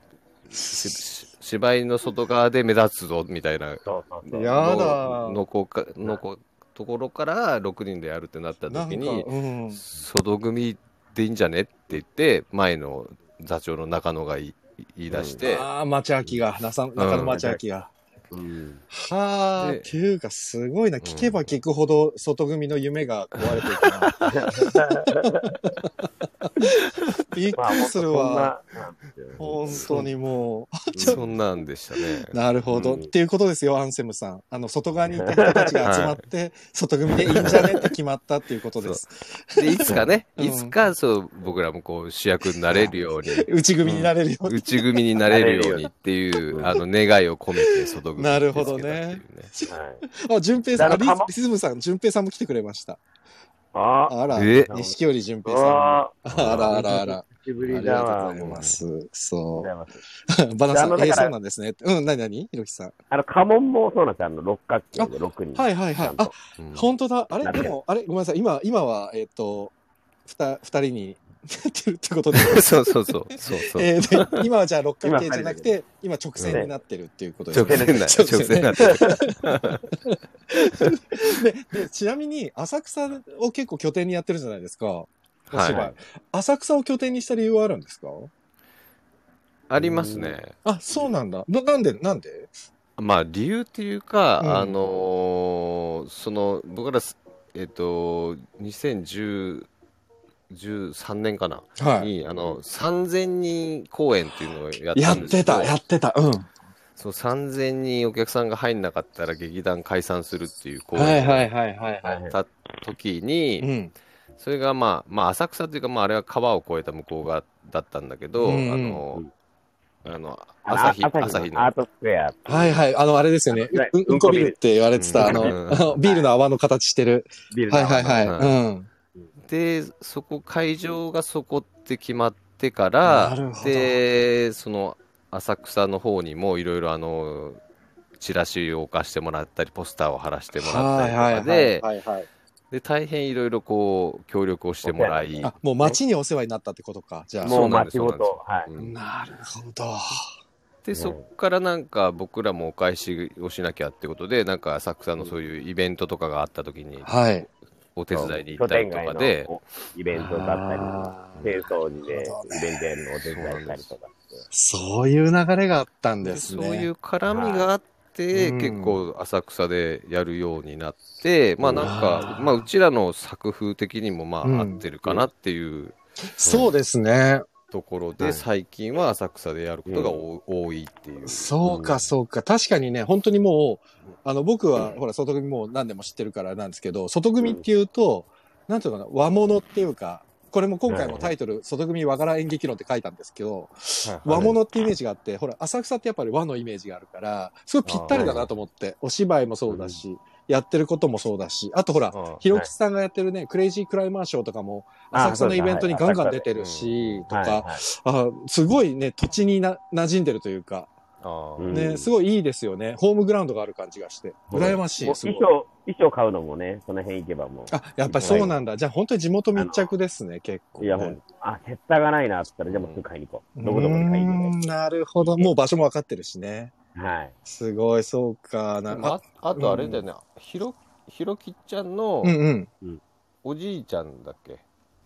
Speaker 3: う
Speaker 4: しし芝居の外側で目立つぞみたい
Speaker 3: そ
Speaker 4: な
Speaker 3: うそうそう
Speaker 1: やだ
Speaker 4: ののこかのこところから6人でやるってなった
Speaker 1: なんか、
Speaker 4: 時
Speaker 1: う
Speaker 4: に
Speaker 1: ん。
Speaker 4: 外組でいいんじゃねって言って前の座長の中野が言い言い出して。
Speaker 1: ああ、町秋が、なさ中野町秋が。
Speaker 3: うん
Speaker 1: はあ、っ
Speaker 4: で
Speaker 1: ていうか、すごいな。聞けば聞くほど、外組の夢が壊れていく な。びっ
Speaker 3: まあ
Speaker 1: く りするわ。
Speaker 3: そ
Speaker 1: 本当
Speaker 3: んななんですよ
Speaker 1: にもう。
Speaker 4: そんなんでしたね。
Speaker 1: なるほど。
Speaker 3: うん
Speaker 1: っていうことですよ、アンセムさん。あの、外側にいた 人たちが集まって、外組でいいんじゃねって決まったっていうこと です。
Speaker 4: で、いつかね、
Speaker 1: うん
Speaker 4: いつか、そう、僕らもこう、主役になれるよう に、
Speaker 1: 内組になれるように。
Speaker 4: 内組になれるようにっていうう、
Speaker 3: ん
Speaker 4: あの、願いを込めて、外組に
Speaker 1: なるほどね
Speaker 3: はい
Speaker 1: あ、順平さん、あ
Speaker 3: なる
Speaker 1: リ
Speaker 3: ほど
Speaker 1: リズムさん、順平さんも来てくれました。
Speaker 3: あ
Speaker 1: あら、
Speaker 4: え
Speaker 1: 錦織順
Speaker 3: う
Speaker 1: 平さんも。
Speaker 3: わ
Speaker 1: あらあらあら。あ
Speaker 3: ー久しぶ
Speaker 1: り
Speaker 3: り
Speaker 1: が
Speaker 3: だ
Speaker 1: と
Speaker 3: わ。
Speaker 1: うございま
Speaker 3: あ
Speaker 1: す。
Speaker 3: りがとうご
Speaker 1: そ
Speaker 3: ざいます。
Speaker 1: う。 バナさ
Speaker 3: あの
Speaker 1: ん、
Speaker 3: だ
Speaker 1: え、
Speaker 3: から
Speaker 1: そうなんですね。うん、なになにひろきさん。
Speaker 3: あの、家紋もそうなんですよ。あの、六角形で六人。
Speaker 1: はいはいはい
Speaker 3: ちゃんと
Speaker 1: あ本当だ。あれでも、あれごめんなさい。今、今は、えっ、と、ふた、二人に なってるってことで。
Speaker 4: うんそうそうそう。そうそう。
Speaker 1: えーで今はじゃあ六角形じゃなくて、今直線になってるっていうことです
Speaker 4: 直
Speaker 1: ね。
Speaker 4: 線ない。 直
Speaker 1: 直線
Speaker 4: 線ない。そう
Speaker 1: で ちなみに、浅草を結構拠点にやってるじゃないですか。お芝居。
Speaker 4: はい
Speaker 1: 浅草を拠点にした理由はあるんですか
Speaker 4: ありますね。
Speaker 1: あ、そうなんだ。ななんで、なんで
Speaker 4: まあ、理由っていう
Speaker 1: うん
Speaker 4: か、あのー、その、僕ら、えっと、2010、13年かな、
Speaker 1: はい。
Speaker 4: に、あの、3000人公演っていうのをやった
Speaker 1: やっ
Speaker 4: んです
Speaker 1: て
Speaker 4: けど
Speaker 1: た、やってた。うん。
Speaker 4: そう3000人お客さんが入んなかったら劇団解散するっていう公
Speaker 1: はい
Speaker 4: 演
Speaker 1: は
Speaker 4: を
Speaker 1: いはいはいは。
Speaker 3: はいいはい
Speaker 4: た時
Speaker 1: う
Speaker 4: に、
Speaker 1: ん。
Speaker 4: それがまあ、まあ、浅草というか、まあ、あれは川を越えた向こう側だったんだけど、
Speaker 1: うんうん
Speaker 4: あの、あの、
Speaker 3: あ
Speaker 4: 朝日、
Speaker 3: の
Speaker 4: 朝日の
Speaker 3: アー、トスクエア。
Speaker 1: はいはい。あの、あれですよね。
Speaker 3: はいう
Speaker 1: うんこビルって言われてた、あ
Speaker 4: う
Speaker 1: の、
Speaker 4: ん
Speaker 1: あのビールの泡の形してる。
Speaker 3: ビル
Speaker 1: は
Speaker 3: の
Speaker 1: いはいはい。
Speaker 4: は
Speaker 1: うん。
Speaker 4: で、そこ、会場がそこって決まってか
Speaker 1: なる
Speaker 4: ら
Speaker 1: ほ、ど
Speaker 4: で、その、浅草の方にもいろいろあの、チラシを貸してもらったり、ポスターを貼らしてもらった
Speaker 1: はい
Speaker 4: りと
Speaker 1: はい
Speaker 4: か
Speaker 1: はい
Speaker 4: で、
Speaker 1: はいはい。
Speaker 4: で、大変いろいろこう、協力をしてもらい、
Speaker 1: あ、もう街にお世話になったってことか。じゃあ。
Speaker 4: そ
Speaker 3: も
Speaker 4: う
Speaker 3: う
Speaker 4: なんで
Speaker 3: 街
Speaker 4: す
Speaker 3: 仕事。はい。
Speaker 4: うん
Speaker 1: なるほど。
Speaker 4: で、そっからなんか僕らもお返しをしなきゃってことで、なんか浅草のそういうイベントとかがあった時に
Speaker 1: はい。
Speaker 4: お手伝いに行ったりとかで、
Speaker 3: こう、イベントだったり、
Speaker 1: あー
Speaker 3: 清掃にで、
Speaker 1: なるほどね
Speaker 3: イベントやるのお手伝いしたりとか。
Speaker 1: そういう流れがあったんです
Speaker 4: そ
Speaker 1: ね。
Speaker 4: ういう絡みがあって、
Speaker 1: うん
Speaker 4: 結構浅草でやるようになって、まあなん
Speaker 1: うわ
Speaker 4: か、
Speaker 1: ー
Speaker 4: まあうちらの作風的にもま
Speaker 1: うん
Speaker 4: あ合ってるかなっていう
Speaker 1: そうですね。
Speaker 4: ところ
Speaker 3: は
Speaker 4: で、
Speaker 3: い
Speaker 4: 最近は浅草でやることが多多いっていう。
Speaker 1: そう
Speaker 3: う
Speaker 1: か、
Speaker 3: ん
Speaker 1: そうか。確かにね、本当にもう、あの、僕は、ほら、外組もう何でも知ってるからなんですけど、外組っていうと、なんていうのかな、和物っていうか、これも今回もタイトル、外組和柄演劇論って書いたんですけど、和物ってイメージがあって、ほら、浅草ってやっぱり和のイメージがあるから、すごいぴったりだなと思って、お芝居もそうだし、やってることもそうだし、あとほら、
Speaker 4: うん
Speaker 1: ひろきさんがやってるね、クレイジークライマーショーとかも、
Speaker 3: あ
Speaker 1: 浅草
Speaker 3: そう
Speaker 1: の
Speaker 3: です
Speaker 1: イベントにガンガン
Speaker 3: はい
Speaker 1: 出てるし、と
Speaker 3: はい
Speaker 1: か、
Speaker 3: はい
Speaker 1: あすごいね、土地にな馴染んでるというか、
Speaker 4: あ
Speaker 3: うん
Speaker 4: ー
Speaker 1: ね、すごいいいですよね。ホームグラウンドがある感じがして。
Speaker 3: うん
Speaker 1: 羨まし
Speaker 3: も
Speaker 1: い、
Speaker 3: う
Speaker 1: すご
Speaker 3: 衣
Speaker 1: い。
Speaker 3: 装、衣装買うのもね、その辺行けばもう。
Speaker 1: あ、やっぱりそうなんだ。じゃあ本当に地元密着ですね、結構、
Speaker 3: い
Speaker 1: ね。
Speaker 3: や、もう、あ、セッターがないなって言ったら、じゃあもうすぐ買いに行こう。どこどこに買いに
Speaker 1: うーん
Speaker 3: 行
Speaker 1: なるほど。もう場所もわかってるしね。
Speaker 3: こう。はい。
Speaker 1: すごい、そうか。なあ
Speaker 4: ああとあれだよね、ひろ、ひろきちゃんの
Speaker 1: うんうん。
Speaker 4: おじいちゃんだっけ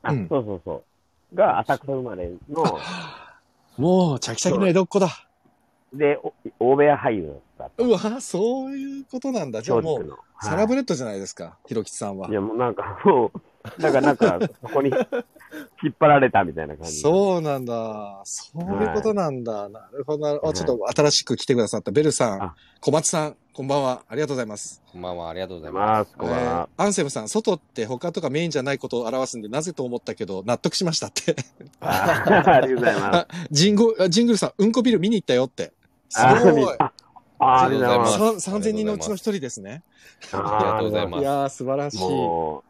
Speaker 3: あ、
Speaker 1: うん
Speaker 3: そうそうそう。が、浅草生まれの、
Speaker 1: もう、チャキチャキの江戸っ子だ。
Speaker 3: で、お大部屋俳優だった。
Speaker 1: うわ、そういうことなんだ。じゃあも
Speaker 3: 松竹
Speaker 1: う、
Speaker 3: のはい。
Speaker 1: サラブレッドじゃないですか、ひろきちさんはい
Speaker 3: や、もうなんか、もう、なんか、なんか、そこに、引っ張られたみたいな感じ。う。
Speaker 1: そうなんだ。そういうことなんだ。なるほど、なるほど。あちょっと新しく来てくださったベルさん
Speaker 3: あ、
Speaker 1: 小松さん、こんばんは。ありがとうございます。
Speaker 4: こんばんは、ありがとうございます。
Speaker 3: まあ、そこ
Speaker 1: え
Speaker 3: は
Speaker 1: ー、アンセムさん、外って他とかメインじゃないことを表すんで、なぜと思ったけど、納得しましたって。
Speaker 3: あありがとうございま
Speaker 1: あジンゴ、あジングルさん、うんこビル見に行ったよって。す
Speaker 3: す。あ
Speaker 1: ごい。
Speaker 3: ああありがとうございま
Speaker 1: さん3000人のうちの一人ですね。
Speaker 3: す。
Speaker 4: ありがとうござい
Speaker 1: い
Speaker 4: ます。
Speaker 1: やー、素晴らしい。
Speaker 3: も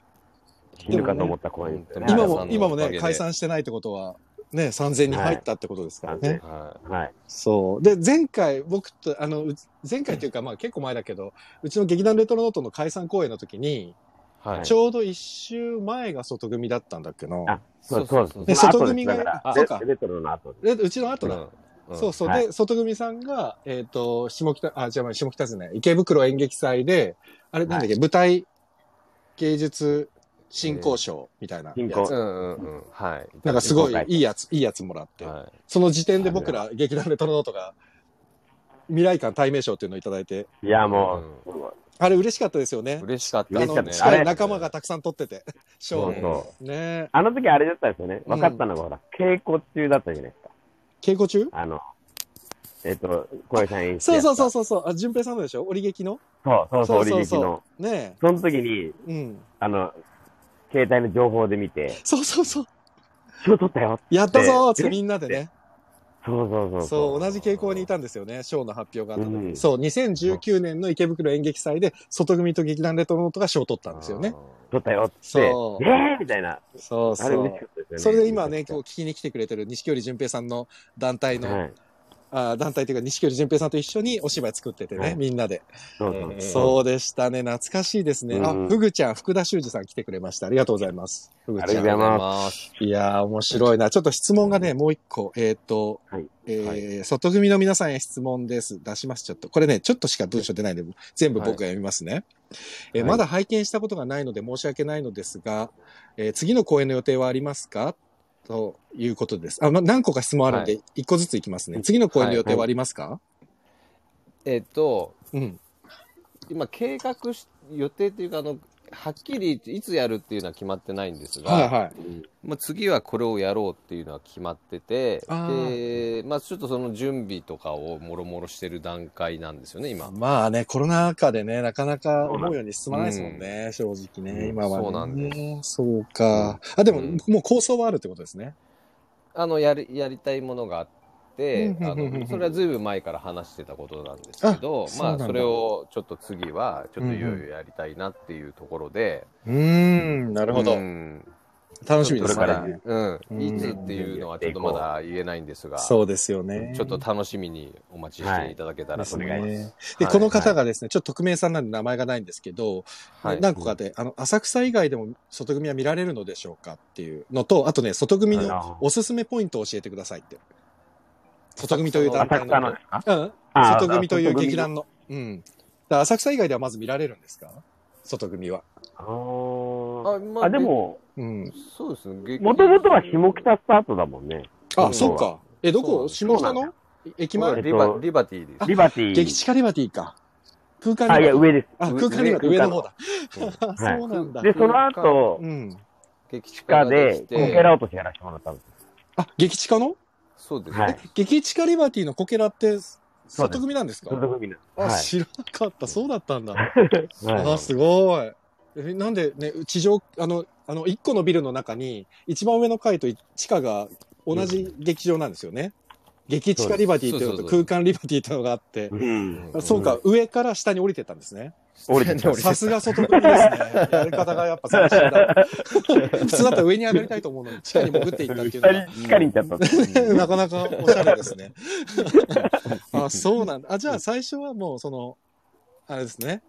Speaker 3: う、死ぬかと思った声ですね。
Speaker 4: で
Speaker 1: 今
Speaker 4: 皆さ
Speaker 1: も、
Speaker 4: んの
Speaker 1: 今も
Speaker 4: おかげ
Speaker 1: ね、
Speaker 4: で
Speaker 1: 解散してないってことは、ね、3000人入ったってことですからね。
Speaker 3: はい
Speaker 4: は
Speaker 3: はい。
Speaker 1: そう。で、前回、僕と、あの、う前回というか、まあ結構前だけど、うちの劇団レトロノートの解散公演の時に、
Speaker 4: い。はい。
Speaker 1: ちょうど一週前が外組だったんだっけど、
Speaker 3: あそう
Speaker 4: そ
Speaker 3: そうう
Speaker 4: そう
Speaker 3: です。
Speaker 1: で
Speaker 3: そ
Speaker 1: 外
Speaker 3: の後
Speaker 1: 組が
Speaker 3: ですだ
Speaker 1: あ
Speaker 3: か
Speaker 1: そう
Speaker 3: ら
Speaker 1: か
Speaker 3: レ、レトロの後です。
Speaker 1: でうちの後だ。
Speaker 4: うん
Speaker 1: そうそう。
Speaker 3: は
Speaker 1: で、外組さんが、えっ、と、下北、あ、じゃあ下北ですね、池袋演劇祭で、あれ、なんだっけ、舞台芸術振興賞みたいなやつ
Speaker 3: 振興
Speaker 4: うんうんうん。はい。
Speaker 1: なんかすごい
Speaker 3: 振興会
Speaker 1: いいやつ、いいやつもらって、
Speaker 4: は
Speaker 1: その時点で僕ら劇団レトロノートが、未来館対名賞っていうのをいただいて、
Speaker 3: いや、もう、
Speaker 1: あれ嬉しかったですよね
Speaker 4: い。。嬉しかった
Speaker 1: あ
Speaker 4: です
Speaker 3: 嬉しか
Speaker 1: の、近
Speaker 3: ったねあ
Speaker 1: い
Speaker 3: れ
Speaker 1: 仲間がたくさん取ってて、賞
Speaker 3: そう
Speaker 1: を。
Speaker 3: そう。
Speaker 1: ねえ
Speaker 3: あの時あれだったんですよね。分かったのが、ほら、稽古中だったじゃないですか。
Speaker 1: 稽古中
Speaker 3: あの、えっと、小林さん演出
Speaker 1: そう
Speaker 3: やっ
Speaker 1: そう
Speaker 3: た。
Speaker 1: そううそうそう、あ、順平さんのでしょ折り劇の
Speaker 3: そう。そうそう、折り劇
Speaker 1: そ
Speaker 3: の。
Speaker 1: う。ね
Speaker 3: その時に、
Speaker 1: え。うん。
Speaker 3: あの、携帯の情報で見て、
Speaker 1: そうそうそう。
Speaker 3: 賞取ったよ。
Speaker 1: やったぞーっ
Speaker 3: で
Speaker 1: てみんなでね。
Speaker 3: そうそうそう。
Speaker 1: そう、同じ傾向にいたんですよね、賞の発表があった時
Speaker 3: うん
Speaker 1: そう、2019年の池袋演劇祭で、外組と劇団レトロノートが賞を取ったんですよね。。
Speaker 3: 取ったよって、
Speaker 1: そう
Speaker 3: えーみたいな。
Speaker 1: そう
Speaker 3: あ
Speaker 1: そ
Speaker 3: れ嬉しか
Speaker 1: う。
Speaker 3: ったですよね。
Speaker 1: それで今ね、今日聞きに来てくれてる錦織淳平さんの団体の、
Speaker 3: はい。
Speaker 1: あ団体というか錦織淳平さんと一緒にお芝居作っててね、
Speaker 3: はい
Speaker 1: みんなで。
Speaker 3: そうそう。
Speaker 4: うん
Speaker 1: そうでしたね。懐かしいですね。あ、
Speaker 3: うん
Speaker 1: ふぐちゃん、福田修二さん来てくれました。ありがとうございます。ふぐ
Speaker 3: あ
Speaker 1: ち
Speaker 3: り
Speaker 1: ゃ
Speaker 3: が
Speaker 1: ん
Speaker 3: とう。ござい
Speaker 4: ます。
Speaker 1: いやー、面白いな。ちょっと質問がね、もう一個。えっ、と、
Speaker 3: はい
Speaker 1: えー外組の皆さんへ質問です。出します、ちょっと。これね、ちょっとしか文章出ないんで、全部僕が読みますね。えー
Speaker 4: はい
Speaker 1: まだ拝見したことがないので申し訳ないのですが、えー次の公演の予定はありますかということです。あ、ま、何個か質問あるんで、一個ずついきますね。次の公演の予定はありますか、
Speaker 4: えっと、
Speaker 1: うん。
Speaker 4: 今計画し、予定っていうか、あの、はっきりいつやるっていうのは決まってないんですが、
Speaker 1: はいはい。
Speaker 4: まあ、次はこれをやろうっていうのは決まってて
Speaker 1: あ、
Speaker 4: で、まあ、ちょっとその準備とかをもろもろしてる段階なんですよね、今。
Speaker 1: まあね、コロナ禍でね、なかなか思うように進まないですもんね、正直
Speaker 3: う
Speaker 1: ね、
Speaker 3: ん
Speaker 1: 今はね。。
Speaker 4: そうなんです
Speaker 1: そうか。あ、でも、
Speaker 4: うん
Speaker 1: もう構想はあるってことですね。
Speaker 4: あの、やり、やりたいものがあって、
Speaker 1: うん
Speaker 4: あ
Speaker 1: うんうんうん
Speaker 4: の、それはずいぶん前から話してたことなんですけど
Speaker 1: あ、そうな
Speaker 4: ま
Speaker 1: ん
Speaker 4: あ、
Speaker 1: だ
Speaker 4: それをちょっと次は、ちょっといよいよやりたいなっていうところで、
Speaker 1: うーん、なるほど。
Speaker 4: うん
Speaker 1: 楽しみ
Speaker 3: こ
Speaker 1: で
Speaker 3: れ
Speaker 1: す
Speaker 3: か
Speaker 1: ね。
Speaker 3: らね。
Speaker 4: うん。いつっていうのはちょっとまだ言えないんですが、
Speaker 1: そうですよね。
Speaker 4: ちょっと楽しみにお待ちしていただけたら
Speaker 1: で
Speaker 4: と
Speaker 1: す
Speaker 4: 思います。
Speaker 1: ね。
Speaker 4: は
Speaker 1: で、
Speaker 4: い
Speaker 1: この方がですね、ちょっと匿名さんなんで名前がないんですけど、
Speaker 4: はい
Speaker 1: 何個かで、あの、浅草以外でも外組は見られるのでしょうかっていうのと、あとね、外組の
Speaker 3: あ
Speaker 1: おすすめポイントを教えてくださいって。外組という団
Speaker 3: 浅
Speaker 1: 体
Speaker 3: 草の
Speaker 1: の。
Speaker 3: ですか
Speaker 1: うん、
Speaker 3: あ
Speaker 1: 外組という劇団
Speaker 3: の。
Speaker 1: の。うん。だから浅草以外ではまず見られるんですか外組は。
Speaker 3: あー
Speaker 4: あ、ま
Speaker 3: あ、で、も、
Speaker 1: うん。
Speaker 4: そうですね。
Speaker 3: もともとは下北スタートだもんね。
Speaker 1: あ、
Speaker 4: うん
Speaker 1: そっか。え、どこ
Speaker 4: そ
Speaker 1: 下
Speaker 4: うなん
Speaker 3: です
Speaker 1: 北の駅前
Speaker 3: えっと
Speaker 4: リバリバティです。
Speaker 3: リバティ。
Speaker 1: 激地下リバティか。空間
Speaker 3: あ、い
Speaker 1: リ
Speaker 3: や、
Speaker 1: バティ。
Speaker 3: 上です。
Speaker 1: あ、
Speaker 4: 上
Speaker 1: 空間リバティ、
Speaker 3: 上
Speaker 1: 上の方だ。
Speaker 4: うん
Speaker 1: あ そうなんだ
Speaker 4: は。
Speaker 3: で、その後
Speaker 1: う、ん。
Speaker 4: 激地
Speaker 3: 地下で、コケラ落としやらせてもらったんですよ。
Speaker 1: あ、激地下の
Speaker 4: そうですね。
Speaker 3: はい。
Speaker 1: 激地下リバティのコケラって、
Speaker 3: す
Speaker 1: 外組なんです
Speaker 3: ずっ
Speaker 1: か
Speaker 3: と組の。
Speaker 1: あ、
Speaker 3: はい。
Speaker 1: 知らなかった。そうだったんだ。
Speaker 4: はい
Speaker 1: あ、すごい。えなんでね、地上、あの、あの、一個のビルの中に、一番上の階と地下が同じ劇場なんですよね。劇地下リバティっていうの
Speaker 4: そう
Speaker 1: と
Speaker 4: ですそう
Speaker 1: 空間
Speaker 4: です
Speaker 1: リバティっていうのがあって。
Speaker 3: うん
Speaker 1: あそうか、上から下に降りてったんですね。
Speaker 3: 降りてきま
Speaker 1: さすが外組ですね。やり方がやっぱ最新だ。普通だったら上に上がりたいと思うのに、地下に潜っていったっていうのが。
Speaker 3: 二人、光に行っちゃった。
Speaker 1: なかなかおしゃれです ね。あ、そうなんだ。あ、じゃあ最初はもうその、あれですね。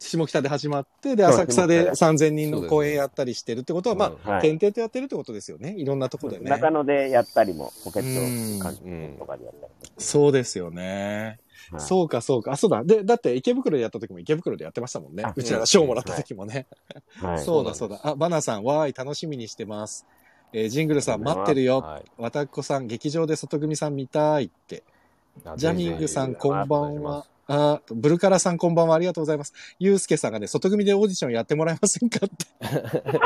Speaker 1: 下北で始まって、で、
Speaker 3: そう
Speaker 1: 浅草で3000人
Speaker 4: そう
Speaker 1: の
Speaker 4: ですね
Speaker 1: 公演やったりしてるってことは、まあ、
Speaker 3: はい
Speaker 1: 点々とやってるってことですよね。いろんなとこでね。
Speaker 3: 中野でやったりも、ポケット関係とかでやったり
Speaker 1: そうですよね。
Speaker 3: はい。
Speaker 1: そうか、そうか。あ、そうだ。で、だって池袋でやった時も池袋でやってましたもんね
Speaker 3: あ。
Speaker 1: うちらが賞もらった時もね。
Speaker 3: はい
Speaker 1: そう
Speaker 4: そうなん
Speaker 1: だ、
Speaker 4: です
Speaker 1: そうだ。あ、バナさん、わーい、楽しみにしてます。えージングルさん、
Speaker 3: ありが
Speaker 1: 待
Speaker 3: とう
Speaker 1: って
Speaker 3: ございます
Speaker 1: るよ。
Speaker 4: はい
Speaker 1: わたっこさん、劇場で外組さん見たいって。ジャミングさん、こんばんは。あーブルカラさんこんばんは、ありがとうございます。ゆうすけさんがね、外組でオーディションやってもらえませんかって。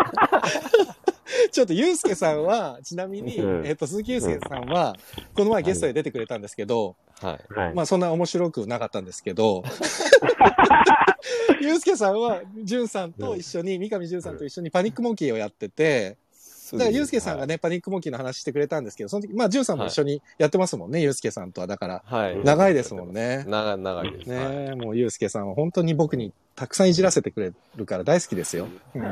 Speaker 1: ちょっとゆうすけさんは、ちなみに、
Speaker 3: うん
Speaker 1: えっと、鈴木ゆうすけさんは、この前ゲストで出てくれたんですけど、
Speaker 4: はい。
Speaker 3: はい。
Speaker 1: まあそんな面白くなかったんですけ ど、ゆうすけさんは、じゅんさんと一緒に、三上じゅんさんと一緒にパニックモンキーをやってて、だからゆうすけさんがね、パニックモンキーの話してくれたんですけど、その時、まあじゅんさんも一緒にやってますもんね、ゆうすけさんとは。だから、
Speaker 4: はい。はい。
Speaker 1: 長いですもんね。
Speaker 4: 長い、長いです。
Speaker 1: ね
Speaker 4: はい
Speaker 1: え、もう、ゆうすけさんは本当に僕にたくさんいじらせてくれるから大好きですよ。うん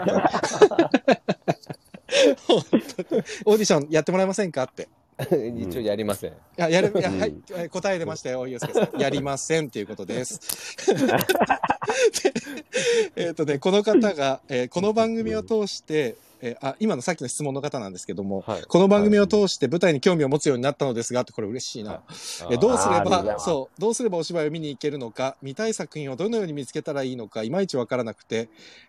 Speaker 1: 本当にオーディションやってもらえませんかって。
Speaker 4: 一応やりません。
Speaker 1: いや、やる、いや、はい
Speaker 3: うん、
Speaker 1: え答え出ましたよ、ゆうすけさん。やりませんっていうこと です。でえっとね、この方が、えーこの番組を通して、えーあ、今のさっきの質問の方なんですけども、
Speaker 4: はい。
Speaker 1: この番組を通して舞台に興味を持つようになったのですが、ってこれ嬉しいな。えどうすれ
Speaker 3: あーありがとうござい
Speaker 1: ば、
Speaker 3: ます
Speaker 1: そう、どうすればお芝居を見に行けるのか、見たい作品をどのように見つけたらいいのか、いまいちわからなくて、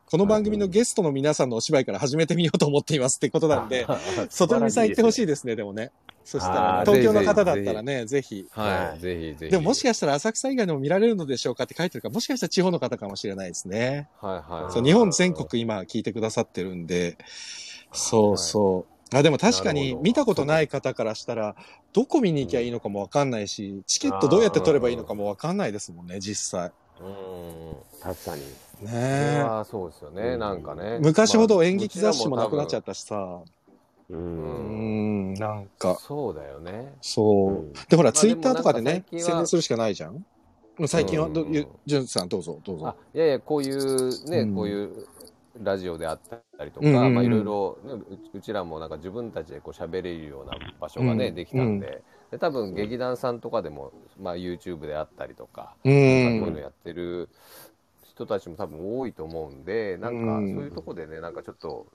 Speaker 1: この番組のゲストの皆さんのお芝居から始めてみようと思っていますってことなん で、外見さん行ってほしいですね、でもね。そしたら、
Speaker 3: あー
Speaker 1: 東京の方だったらね、ぜひ。
Speaker 4: は。
Speaker 3: はいい
Speaker 4: ぜひぜひ。
Speaker 1: でももしかしたら浅草以外でも見られるのでしょうかって書いてるから、もしかしたら地方の方かもしれないですね。
Speaker 4: はいはい。
Speaker 1: そう、日本全国今聞いてくださってるんで、そうそう。あ、でも確か
Speaker 4: なる
Speaker 1: に
Speaker 4: ほど
Speaker 1: 見たことない方からしたら、どこ見に行きゃいいのかもわかんないし、チケットどうやって取ればいいのかもわかんないですもんね、実際。
Speaker 4: うん。
Speaker 3: 確かに。
Speaker 1: ね
Speaker 4: それ
Speaker 1: え。
Speaker 4: はそうですよね、なんかね。
Speaker 1: 昔ほど演劇雑誌もなくなっちゃ
Speaker 4: っ
Speaker 1: ったしさ、
Speaker 3: う。
Speaker 1: うんん、なん
Speaker 4: た
Speaker 1: か、
Speaker 4: そうだよね。
Speaker 1: そう。
Speaker 3: ん
Speaker 1: で、ほら、
Speaker 4: まあ
Speaker 1: ツイッターとかでね、
Speaker 4: でもなんか最近は
Speaker 1: 宣伝するしかないじゃん最近はど、
Speaker 4: うん
Speaker 1: ゆ、じゅんさんどうぞ、どう
Speaker 4: あ
Speaker 1: ぞ。
Speaker 4: いやいや、こういうね、
Speaker 1: うん
Speaker 4: こういうラジオであったりと
Speaker 1: うんうん
Speaker 4: か、
Speaker 1: うん
Speaker 4: まあいろいろね、ううちらもなんか自分たちでこう喋れるような場所がね、
Speaker 1: うん
Speaker 4: できたんで、で多分劇団さんとかでも、まあ YouTube であったりとか、
Speaker 1: う
Speaker 4: こういう
Speaker 1: ん。
Speaker 4: のやってる人たちも多分多いと思うんで、なんか
Speaker 1: う
Speaker 4: そうんいうとこでね、なんかちょっと、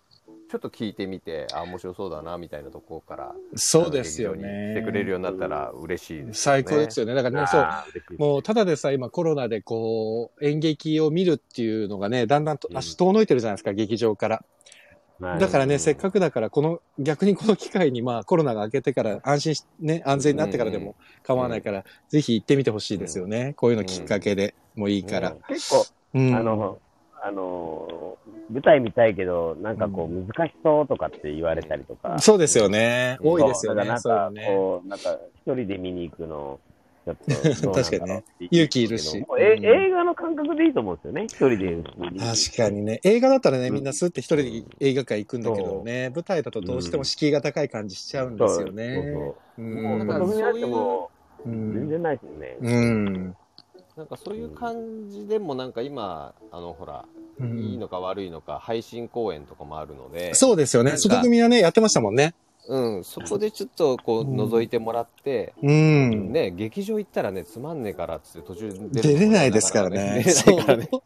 Speaker 4: ちょっと聞いてみて、あ、面白そうだな、みたいなところから、
Speaker 1: そうですよ
Speaker 4: あの劇場に
Speaker 1: ね。
Speaker 4: 来てくれるようになったら嬉しいです、ね。
Speaker 1: 最高ですよね。だからね、そう。
Speaker 3: あー嬉しい
Speaker 1: もう、ただでさ、今コロナでこう、演劇を見るっていうのがね、だんだんと
Speaker 4: うん
Speaker 1: 足遠のいてるじゃないですか、劇場から。
Speaker 3: はい
Speaker 1: だからね、せっかくだから、この、逆にこの機会に、まあ、コロナが明けてから、安心し、ね、安全になってからでも構わないから、ぜひ行ってみてほしいですよね。こういうのきっかけでもいいから。
Speaker 3: 結構、
Speaker 1: うん。
Speaker 3: あの、あのー、舞台見たいけど、なんかこう、難しそうとかって言われたりとか。
Speaker 1: そうですよね。
Speaker 4: うん
Speaker 1: 多いですよね。
Speaker 3: だ
Speaker 1: そ
Speaker 3: か
Speaker 1: ういうの
Speaker 3: らなんか、
Speaker 1: ね。
Speaker 3: こう、なんか、一人で見に行くの、ち ょっとどうなんだろう、
Speaker 1: 確かにね。勇気いるし
Speaker 3: もうえ
Speaker 1: うん
Speaker 3: 映画の感覚でいいと思うんですよね、一人で見に行く。
Speaker 1: 確かにね。映画だったらね、
Speaker 3: うん
Speaker 1: みんなスって一人で映画館行くんだけどね、舞台だとどうしても敷居が高い感じしちゃうんですよね。う
Speaker 4: うそ
Speaker 1: ん
Speaker 4: う
Speaker 3: そう
Speaker 4: だから
Speaker 3: そう。
Speaker 4: そういう
Speaker 3: そういうも、
Speaker 1: う
Speaker 3: 全
Speaker 1: ん。
Speaker 3: 然ないですよね。
Speaker 1: うん。
Speaker 4: なんかそういう感じでもなんか今あのほら、
Speaker 1: うん
Speaker 4: いいのか悪いのか配信公演とかもあるので
Speaker 1: そうですよ
Speaker 4: な
Speaker 1: ね。
Speaker 4: んか
Speaker 1: 外組はね、やってましたもんね。
Speaker 4: う、ん、そこでちょっとこう
Speaker 1: うん
Speaker 4: 覗いてもらって、
Speaker 1: うん。
Speaker 4: ね劇場行ったらねつまんねえからっつって途中で
Speaker 1: 出れないですからね。
Speaker 4: 出れないからね
Speaker 1: そう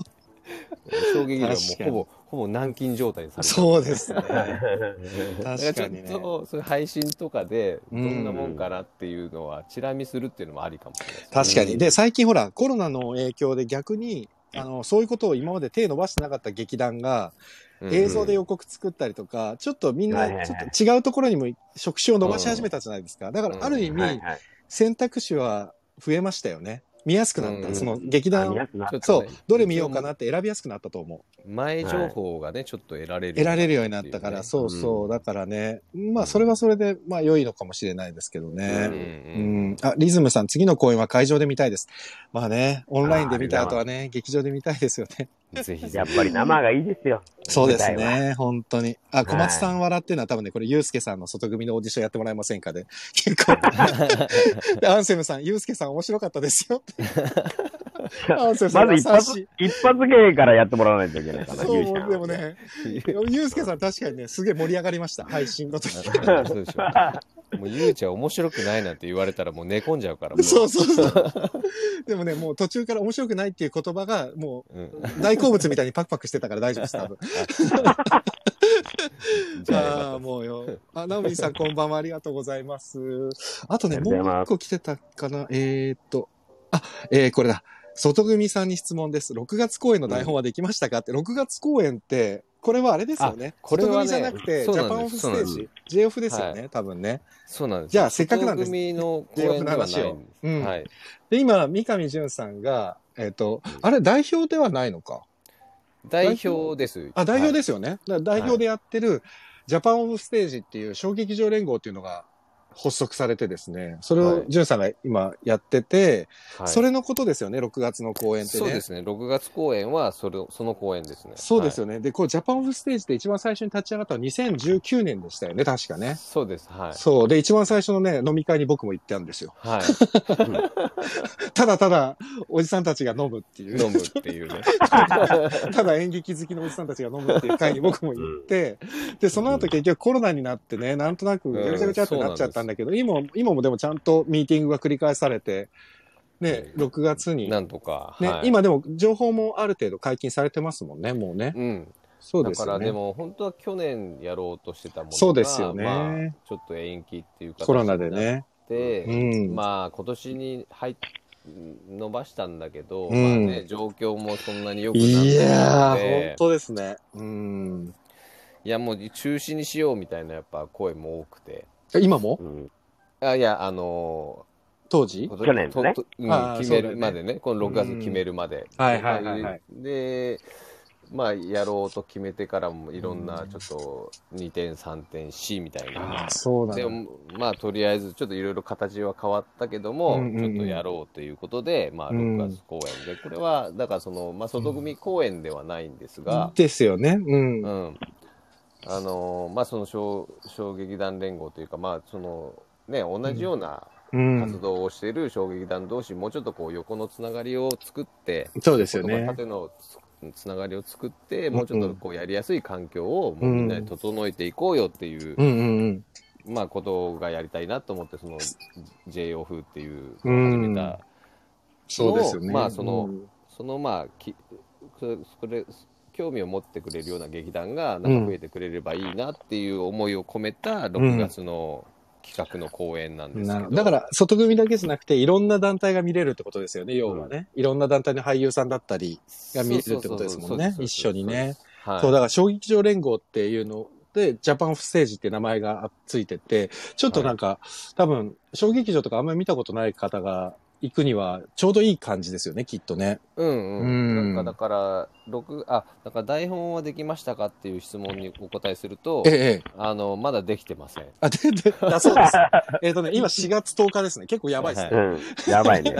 Speaker 4: 衝撃がも
Speaker 1: 確か
Speaker 4: う
Speaker 1: に
Speaker 4: ほぼほぼ軟禁状態にされて
Speaker 1: そうですね。
Speaker 4: だ
Speaker 1: 確
Speaker 4: か
Speaker 1: からに
Speaker 4: ち
Speaker 1: ね
Speaker 4: ょっ。とそういう配信とかでどんなも
Speaker 3: うんん
Speaker 4: かなっていうのはチラ見するっていうのもありかもしれないですね
Speaker 1: 確かに。で、最近ほら、コロナの影響で逆に、あの、そういうことを今まで手伸ばしてなかった劇団が、
Speaker 4: うん
Speaker 1: 映像で予告作ったりとか、ちょっとみん
Speaker 3: はいはいは
Speaker 1: な、
Speaker 3: い
Speaker 1: ちょっと違うところにも職種を伸ばし始めたじゃないですか。だから、ある意
Speaker 3: はい
Speaker 1: 味、
Speaker 3: はい。
Speaker 1: 選択肢は増えましたよね。見やすくなっ
Speaker 4: う
Speaker 1: た。
Speaker 4: ん
Speaker 1: その劇
Speaker 3: あ
Speaker 1: 団
Speaker 3: 見や、すくなっ
Speaker 4: ちょっと
Speaker 1: そ
Speaker 4: ね
Speaker 1: う、どれ見ようかなって選びやすくなったと思う。
Speaker 4: 前情報がねちょっと得られる
Speaker 1: 得られるようになったから、
Speaker 4: ってい
Speaker 1: そうそう、
Speaker 4: ん
Speaker 1: だからね、まあ、それはそれで、まあ、良いのかもしれないですけど
Speaker 4: うん
Speaker 1: ね。
Speaker 4: う
Speaker 1: うんん、あ、リズムさん、次の公演は会場で見たいです。まあね、オンラインで見た
Speaker 3: あー
Speaker 1: 後はね、劇場で 見たいですよね。
Speaker 4: ぜひぜひ
Speaker 3: やっぱり生がいいですよ。
Speaker 1: そうです
Speaker 3: 舞台は。
Speaker 1: ね、本当に。あ、小松さ
Speaker 3: は
Speaker 1: ん笑ってるのは多分ね、これ、ゆうすけさんの外組のオーディションやってもらえませんかで、結構。 でアンセムさん、ゆうすけさん面白かったですよ。 アンセムさん、
Speaker 3: まず一
Speaker 1: 優し
Speaker 3: 発
Speaker 1: い。、
Speaker 3: 一発芸からやってもらわないといけないかな、
Speaker 1: そう
Speaker 3: ゆ、ちゃん
Speaker 1: でも。ね、 ゆうすけさん確かにね、すげえ盛り上がりました、配信の時。
Speaker 4: そうでしょ。もう、ゆうちゃん面白くないなんて言われたらもう寝込んじゃうから。も
Speaker 1: そうそう そう。でもね、もう途中から面白くないっていう言葉が、も
Speaker 4: う。うん。
Speaker 1: う大好物みたいにパクパクしてたから大丈夫です、多 分。
Speaker 4: じゃあよか
Speaker 1: あ
Speaker 4: っ
Speaker 1: あ、もうよ。あ、ナオミさんこんばんは、ありがとうございます。あとね、
Speaker 3: あり
Speaker 1: も
Speaker 3: が
Speaker 1: う
Speaker 3: と
Speaker 1: 一
Speaker 3: うございます
Speaker 1: 個来てたかな。えー、っと、あ、えー、これだ。外組さんに質問です。6月公演の台本はできましたかって、6月公演って、これはあれですよね。
Speaker 4: これは
Speaker 1: 外組
Speaker 4: ね
Speaker 1: じゃなくて、ジ
Speaker 4: そうなん
Speaker 1: ャ
Speaker 4: です
Speaker 1: パンオフステー
Speaker 4: そうなん
Speaker 1: ジ、JF ですよね、多分ね。
Speaker 4: そうなんですよ。
Speaker 1: じゃあせっかくなんで
Speaker 4: 外
Speaker 1: す
Speaker 4: 組の公演ではないんです。
Speaker 1: うん
Speaker 4: はい。
Speaker 1: で、今、三上淳さんが、えっ、と、あれ、代表ではないのか。
Speaker 4: 代表です。。
Speaker 1: あ、代表ですすよね。だから代表でやってる、ジャパンオフステージっていう小劇場連合っていうのが発足されてですね、それ
Speaker 4: は
Speaker 1: を
Speaker 4: い
Speaker 1: 淳さんが今やってて、
Speaker 4: はい
Speaker 1: それのことですよね、6月の公演ってね。
Speaker 4: そうですね。6月公演はそれその公演ですね。
Speaker 1: そうです
Speaker 4: よ。
Speaker 1: よね。で、こう、ジャパンオフステージって一番最初に立ち上がったのは2019年でしたよね、確かね。
Speaker 4: そうです。はい。
Speaker 1: そう。で、一番最初のね、飲み会に僕も行ったんですよ。
Speaker 4: はい。
Speaker 1: ただただ、おじさんたちが飲むっていう。
Speaker 4: 飲むっていうね。
Speaker 1: ただ演劇好きのおじさんたちが飲むっていう会に僕も行って、で、その後結局コロナになってね、なんとなくぐちゃぐちゃぐちゃってなっちゃったんだけど、今、今もでもちゃんとミーティングが繰り返されて、ね、6月に。
Speaker 4: なんとか。
Speaker 1: ね、
Speaker 4: はい、
Speaker 1: 今でも情報もある程度解禁されてますもんね、もうね。
Speaker 4: うん。
Speaker 1: そう
Speaker 4: だ
Speaker 1: です
Speaker 4: か
Speaker 1: よね。
Speaker 4: らでも本当は去年やろうとしてたものが
Speaker 1: そうですよね
Speaker 4: まあ、ちょっと延期っていうか
Speaker 1: コロナでね。
Speaker 4: で、
Speaker 1: うん
Speaker 4: まあ今年に入っ伸ばしたんだけど、
Speaker 1: うん
Speaker 4: まあね、状況もそんなに良くなく
Speaker 1: いや
Speaker 4: なって
Speaker 1: ー、本
Speaker 4: い
Speaker 1: 当ですね。うん。
Speaker 4: やもう中止にしようみたいなやっぱ声も多くて
Speaker 1: 今も
Speaker 3: うん
Speaker 4: あいやあの
Speaker 1: 当
Speaker 4: ー
Speaker 1: 時
Speaker 4: こと
Speaker 3: 去年のね
Speaker 4: ととうん
Speaker 1: あー
Speaker 4: 決めるまでねこの6月決めるまで、
Speaker 1: うんはいはいはいはい
Speaker 4: でまあやろうと決めてからもいろんなちょっと2点3点 C みたいな、
Speaker 1: そうなん
Speaker 4: で
Speaker 1: だ。
Speaker 4: まあとりあえずちょっといろいろ形は変わったけども、
Speaker 1: うんうんうん
Speaker 4: ちょっとやろうということで、まあ、
Speaker 1: うん
Speaker 4: 6月公演で、これはだからその、まあ、外組公演ではないんですが、
Speaker 1: ですよね。う。
Speaker 4: うんんあのまあ、その小小劇団連合というか、まあそのね、同じような
Speaker 1: うん
Speaker 4: 活。動をしている小劇団同士、もうちょっとこう横のつながりを作って、
Speaker 1: そうですよ
Speaker 4: 言葉
Speaker 1: ね。
Speaker 4: 縦のつつながりを作って、もうちょっとこうやりやすい環境をもうみんなで整えていこうよっていう。
Speaker 1: うんうんうん。
Speaker 4: まあ、ことがやりたいなと思って、その J オフっていう
Speaker 1: う
Speaker 4: のを始
Speaker 1: ん
Speaker 4: めた、
Speaker 1: そうですよね。
Speaker 4: まあその
Speaker 1: うん
Speaker 4: そのまあきそそれ興味を持ってくれるような劇団がなんか増えてくれればいいなっていう思いを込めた6月の企画の公演なんです
Speaker 1: な
Speaker 4: け
Speaker 1: るほ
Speaker 4: ど、
Speaker 1: どだから、外組だけじゃなくて、いろんな団体が見れるってことですよね、要はね。いろんな団体の俳優さんだったりが見れるってことですもんね、
Speaker 4: そうそうそうそう
Speaker 1: 一緒にね。
Speaker 4: はい、
Speaker 1: そう、だから、衝撃場連合っていうので、ジャパンオフステージって名前がついてて、ちょっとなんか、多分、小劇場とかあんまり見たことない方が行くには、ちょうどいい感じですよね、きっとね。
Speaker 4: うんう
Speaker 1: うん
Speaker 4: ん、なんかだから六あだから台本はできましたかっていう質問にお答えすると
Speaker 1: ええ。
Speaker 4: あのまだできてません
Speaker 1: あ、で、で、だそうです。 えっとね、今4月10日ですね。結構やばいですね。
Speaker 3: うん。やば いね。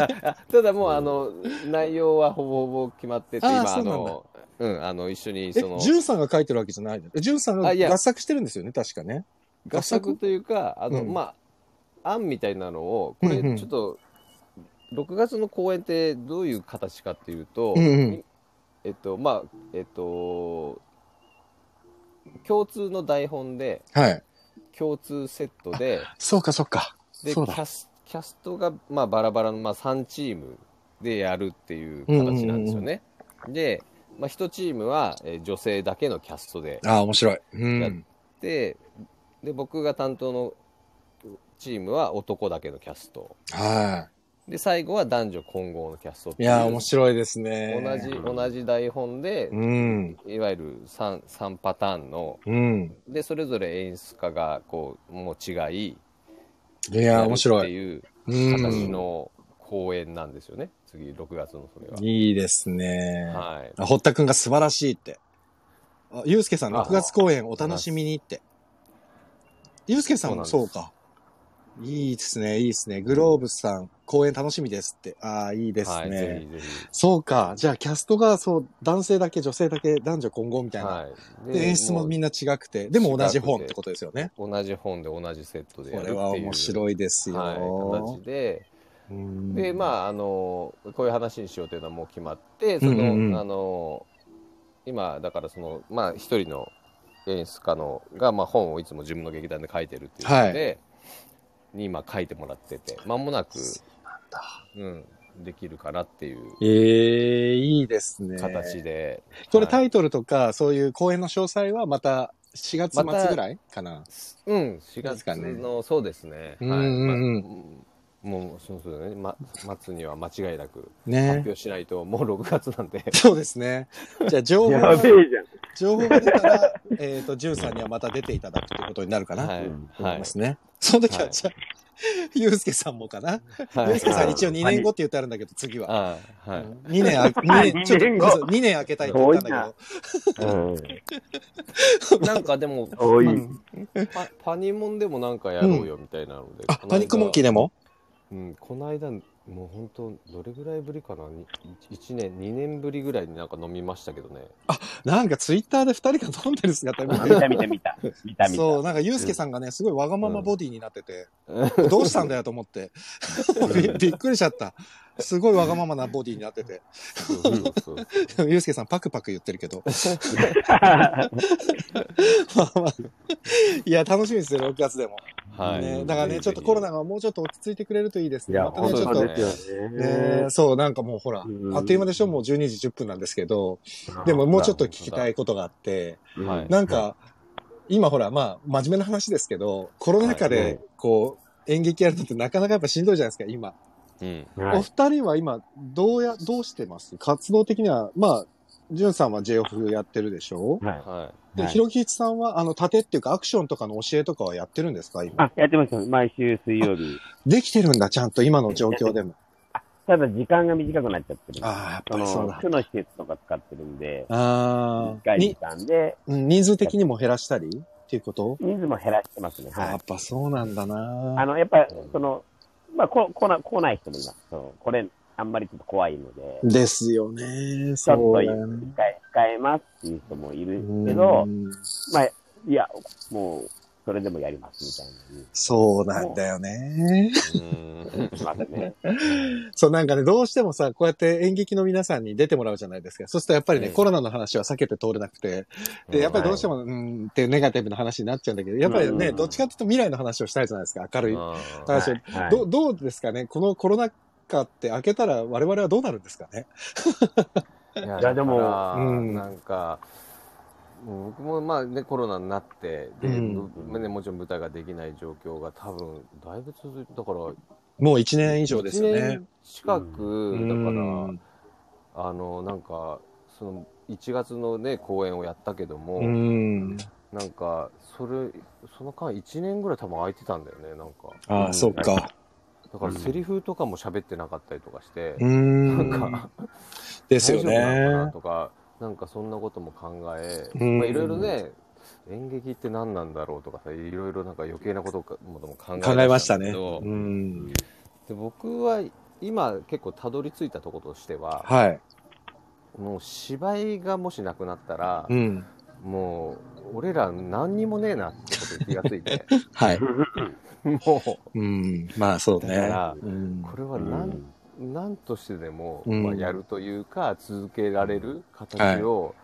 Speaker 4: ただもうあの内容はほぼほぼ決まってて
Speaker 1: あー
Speaker 4: 今
Speaker 1: そ
Speaker 4: あ
Speaker 1: うなんだ
Speaker 4: のうんあの一緒に
Speaker 1: え
Speaker 4: その、
Speaker 1: ジュンさんが書いてるわけじゃないのえジュンさんが
Speaker 4: あいや
Speaker 1: 合作してるんですよね、確かね。
Speaker 4: 合作というかあの、
Speaker 1: うん
Speaker 4: まあ案みたいなのをこれ
Speaker 1: うんうん
Speaker 4: ちょっと、6月の公演ってどういう形かっていうと、
Speaker 1: うんうん
Speaker 4: えっとまあえっと共通の台本で
Speaker 1: はい。
Speaker 4: 共通セットで
Speaker 1: そうか、そうか。
Speaker 4: でキ
Speaker 1: そうだ
Speaker 4: ャスキャストが、まあ、バラバラの、まあ、3チームでやるっていう形なんですよね。で、まあ、1チームは、えー女性だけのキャストで
Speaker 1: ああ、面白い。う
Speaker 4: やっ
Speaker 1: ん。
Speaker 4: てで僕が担当のチームは男だけのキャスト
Speaker 1: は
Speaker 4: で最後は男女混合のキャストって
Speaker 1: い。
Speaker 4: い
Speaker 1: いうやー、面白いですね。
Speaker 4: 同じ同じ台本で、
Speaker 1: うん。
Speaker 4: いわゆる 3, 3パターンの
Speaker 1: うん。
Speaker 4: でそれぞれ演出家がこうもう違い
Speaker 1: いやー、面
Speaker 4: や
Speaker 1: 白
Speaker 4: るって
Speaker 1: い。
Speaker 4: いう
Speaker 1: うん
Speaker 4: 形の公演なんですよね、次6月のそれは。
Speaker 1: いいですね。
Speaker 4: はい
Speaker 1: あ、堀田くんが素晴らしいって。あ、ゆうすけさん、
Speaker 4: あ
Speaker 1: 6月公演お楽しみにって。ゆうすけさんも
Speaker 4: そ
Speaker 1: そううか。いいですね、いいですね。グローブさん、公演楽しみですって。ああ、いいです
Speaker 4: はい、
Speaker 1: ね
Speaker 4: ぜ。ひぜひ。
Speaker 1: そうか。じゃあ、キャストが、そう、男性だけ、女性だけ、男女混合みたいな。
Speaker 4: はい、
Speaker 1: で、演出もみん
Speaker 4: な
Speaker 1: な違くて、でも同じ本ってことですよね。
Speaker 4: 同じ本で同じセットでや
Speaker 1: こ
Speaker 4: るってい
Speaker 1: れ
Speaker 4: う
Speaker 1: は面白いですよ。
Speaker 4: はい、形で、
Speaker 1: うん
Speaker 4: でまああのこういう話にしようというのはもう決まってその、
Speaker 1: うんうんうん
Speaker 4: あの今だからそのまあ一人の演出家のが、まあ、本をいつも自分の劇団で書いてるっていうので、に今書いてもらってて間もなくうん、できるかなっていう
Speaker 1: ええいいですね。
Speaker 4: 形で、
Speaker 1: これ
Speaker 4: は
Speaker 1: タ
Speaker 4: い
Speaker 1: イトルとか、そういう公演の詳細はまた4月末ぐらいかな。
Speaker 4: うん4
Speaker 1: です
Speaker 4: 月
Speaker 1: かね
Speaker 4: の、そうですね、
Speaker 1: うんうんうん
Speaker 4: はいまもうそうそうだね、ま、末には間違いなく発
Speaker 1: ね。
Speaker 4: 表しないと、もう6月なんで、
Speaker 1: そうですね。じゃあ、情報
Speaker 3: や
Speaker 1: が
Speaker 3: べえじゃん。
Speaker 1: 情報が出たら、えっと、ジュンさんにはまた出ていただくということになるかなと
Speaker 4: はい
Speaker 1: 思
Speaker 4: はいい
Speaker 1: ま、すね。その時は、
Speaker 4: はい
Speaker 1: じゃあ、ユうスケさんもかな。
Speaker 4: は
Speaker 1: ユ
Speaker 4: いう
Speaker 1: スケさん一応2年後って言ってあるんだけど、次は。
Speaker 4: ああはい、
Speaker 1: 2年 あ、二年、ちょっと、
Speaker 3: 二年後
Speaker 1: そう二年開けたいって言ったんだ
Speaker 3: う
Speaker 4: なんかでも、
Speaker 3: ん。多い。
Speaker 4: パパニモンでもなんかやろうよみたいなので、
Speaker 1: けど。あ、パニックモンキー
Speaker 4: で、
Speaker 1: でも
Speaker 4: うん、この間、もう本当、どれぐらいぶりかな、1年、2年ぶりぐらいになんか飲みました けどね、
Speaker 1: なんかツイッターで2人が飲んでる 姿見
Speaker 3: 見た見た見た。見た見た。
Speaker 1: そう、なんかユうスケさんがね、すごいわがままボディになってて、どうしたんだよと思 って。びびっくりしちゃった。すごいわがままなボディになってて。
Speaker 4: そうそうそう
Speaker 1: でもユうスケさんパクパク言ってるけど。 まあまあいや、楽しみですよ、6月でも。
Speaker 4: はい、
Speaker 1: ね、だからね、ちょっとコロナがもうちょっと落ち着いてくれるといいです
Speaker 3: い
Speaker 1: ね。
Speaker 3: や、
Speaker 1: またね、
Speaker 3: 本
Speaker 1: ちょっ
Speaker 3: 当
Speaker 1: と。
Speaker 4: ね
Speaker 3: ですよね
Speaker 1: ね。そう、なんかもうほら、
Speaker 3: うん
Speaker 1: あっという間でしょもう12時10分なんですけど、でももうちょっと聞きたいことがあって、
Speaker 3: うん
Speaker 4: はい
Speaker 1: なんか、今ほら、まあ、真面目な話ですけど、コロナ禍
Speaker 3: は
Speaker 1: で
Speaker 3: い、
Speaker 1: こう、演劇やるのってなかなかやっぱしんどいじゃないですか、今。
Speaker 4: うん
Speaker 3: は
Speaker 1: お
Speaker 3: い
Speaker 1: 二人は今、どうや、どうしてます活動的には、まあ、ジュンさんは j o f やってるでしょ
Speaker 3: はい
Speaker 4: は
Speaker 1: で、
Speaker 3: はい
Speaker 1: ひろきちさんは、あの、盾っていうかアクションとかの教えとかはやってるんですか今。
Speaker 3: あ、やってますよ。毎週水曜日。
Speaker 1: できてるんだ、ちゃんと今の状況で も。
Speaker 3: ただ時間が短くなっちゃってるんです。
Speaker 1: ああ、やっぱ
Speaker 3: そ
Speaker 1: りそう
Speaker 3: の
Speaker 1: だ、。
Speaker 3: 区の施設とか使ってるんで、
Speaker 1: あ
Speaker 3: 1
Speaker 1: あ、
Speaker 3: 回
Speaker 1: に
Speaker 3: 時、間で、
Speaker 1: うん人数的にも減らしたりっていうこと、
Speaker 3: 人数も減らしてますね。は
Speaker 1: や
Speaker 3: い
Speaker 1: っ。ぱそうなんだ
Speaker 3: あ
Speaker 1: な
Speaker 3: の、やっぱ、その、まあ、こ、こな、来ない人もいます。そう。これ、あんまりちょっと怖いので、
Speaker 1: ですよね。
Speaker 3: ちょ
Speaker 1: そ
Speaker 3: っ
Speaker 1: う
Speaker 3: と
Speaker 1: だ
Speaker 3: 一
Speaker 1: よね。
Speaker 3: 回控えますっていう人もいるけ
Speaker 1: う
Speaker 3: ど、
Speaker 1: ん
Speaker 3: まあ、いや、もう、それでもやりますみ
Speaker 1: そうなんだよね。
Speaker 4: い、うん
Speaker 3: たいな。ますね。
Speaker 1: そう、なんかね、どうしてもさ、こうやって演劇の皆さんに出てもらうじゃないですか。そうするとやっぱりね、
Speaker 4: うん
Speaker 1: コロナの話は避けて通れなくて、 で、やっぱりどうしても、うん、ってネガティブな話になっちゃうんだけど、やっぱりね、
Speaker 3: うん
Speaker 1: どっちかっていうと未来の話をしたいじゃないですか、明るい。
Speaker 4: あ
Speaker 1: だからそ
Speaker 3: はいはい
Speaker 1: どうどうですかねこのコロナ禍って明けたら我々はどうなるんですかね
Speaker 4: ーい
Speaker 3: いやでも
Speaker 4: だから
Speaker 1: うん
Speaker 4: なんか、うん僕もまあね、コロナになって、
Speaker 1: う
Speaker 4: で
Speaker 1: ん
Speaker 4: まあね、もちろん舞台ができない状況が多分、だいぶ続いて、だから、
Speaker 1: もう1年以上ですよ
Speaker 4: 1
Speaker 1: ね
Speaker 4: 年。近く、だから、
Speaker 1: うん
Speaker 4: あの、なんか、その、1月のね、公演をやったけども、
Speaker 1: うん。
Speaker 4: なんか、それ、その間1年ぐらい多分空いてたんだよね、なんか。
Speaker 1: ああ、そっか。
Speaker 4: だから、セリフとかも喋ってなかったりとかして、
Speaker 1: うん。
Speaker 4: なんか、
Speaker 1: ですよ
Speaker 4: 大丈夫なのかな
Speaker 1: ね。
Speaker 4: とか、なんかそんなことも考え、
Speaker 1: うん
Speaker 4: まあいろいろね、演劇って何なんだろうとかさ、いろいろなんか余計なことかもでも考え
Speaker 1: 考えました
Speaker 4: んだ
Speaker 1: ね。
Speaker 4: けど
Speaker 1: うん。
Speaker 4: で僕は今結構たどり着いたところとしては、
Speaker 1: はい。
Speaker 4: もう芝居がもしなくなったら、
Speaker 1: うん。
Speaker 4: もう俺ら何にもねえなってことに気がつ いて、
Speaker 1: はい。
Speaker 4: も
Speaker 1: うん。まあそう
Speaker 4: う、
Speaker 1: ね。
Speaker 4: だから、
Speaker 1: うん
Speaker 4: これは何、
Speaker 3: うん
Speaker 4: なんとしてでも、
Speaker 1: うん
Speaker 4: まあ、やるというか続けられる形を、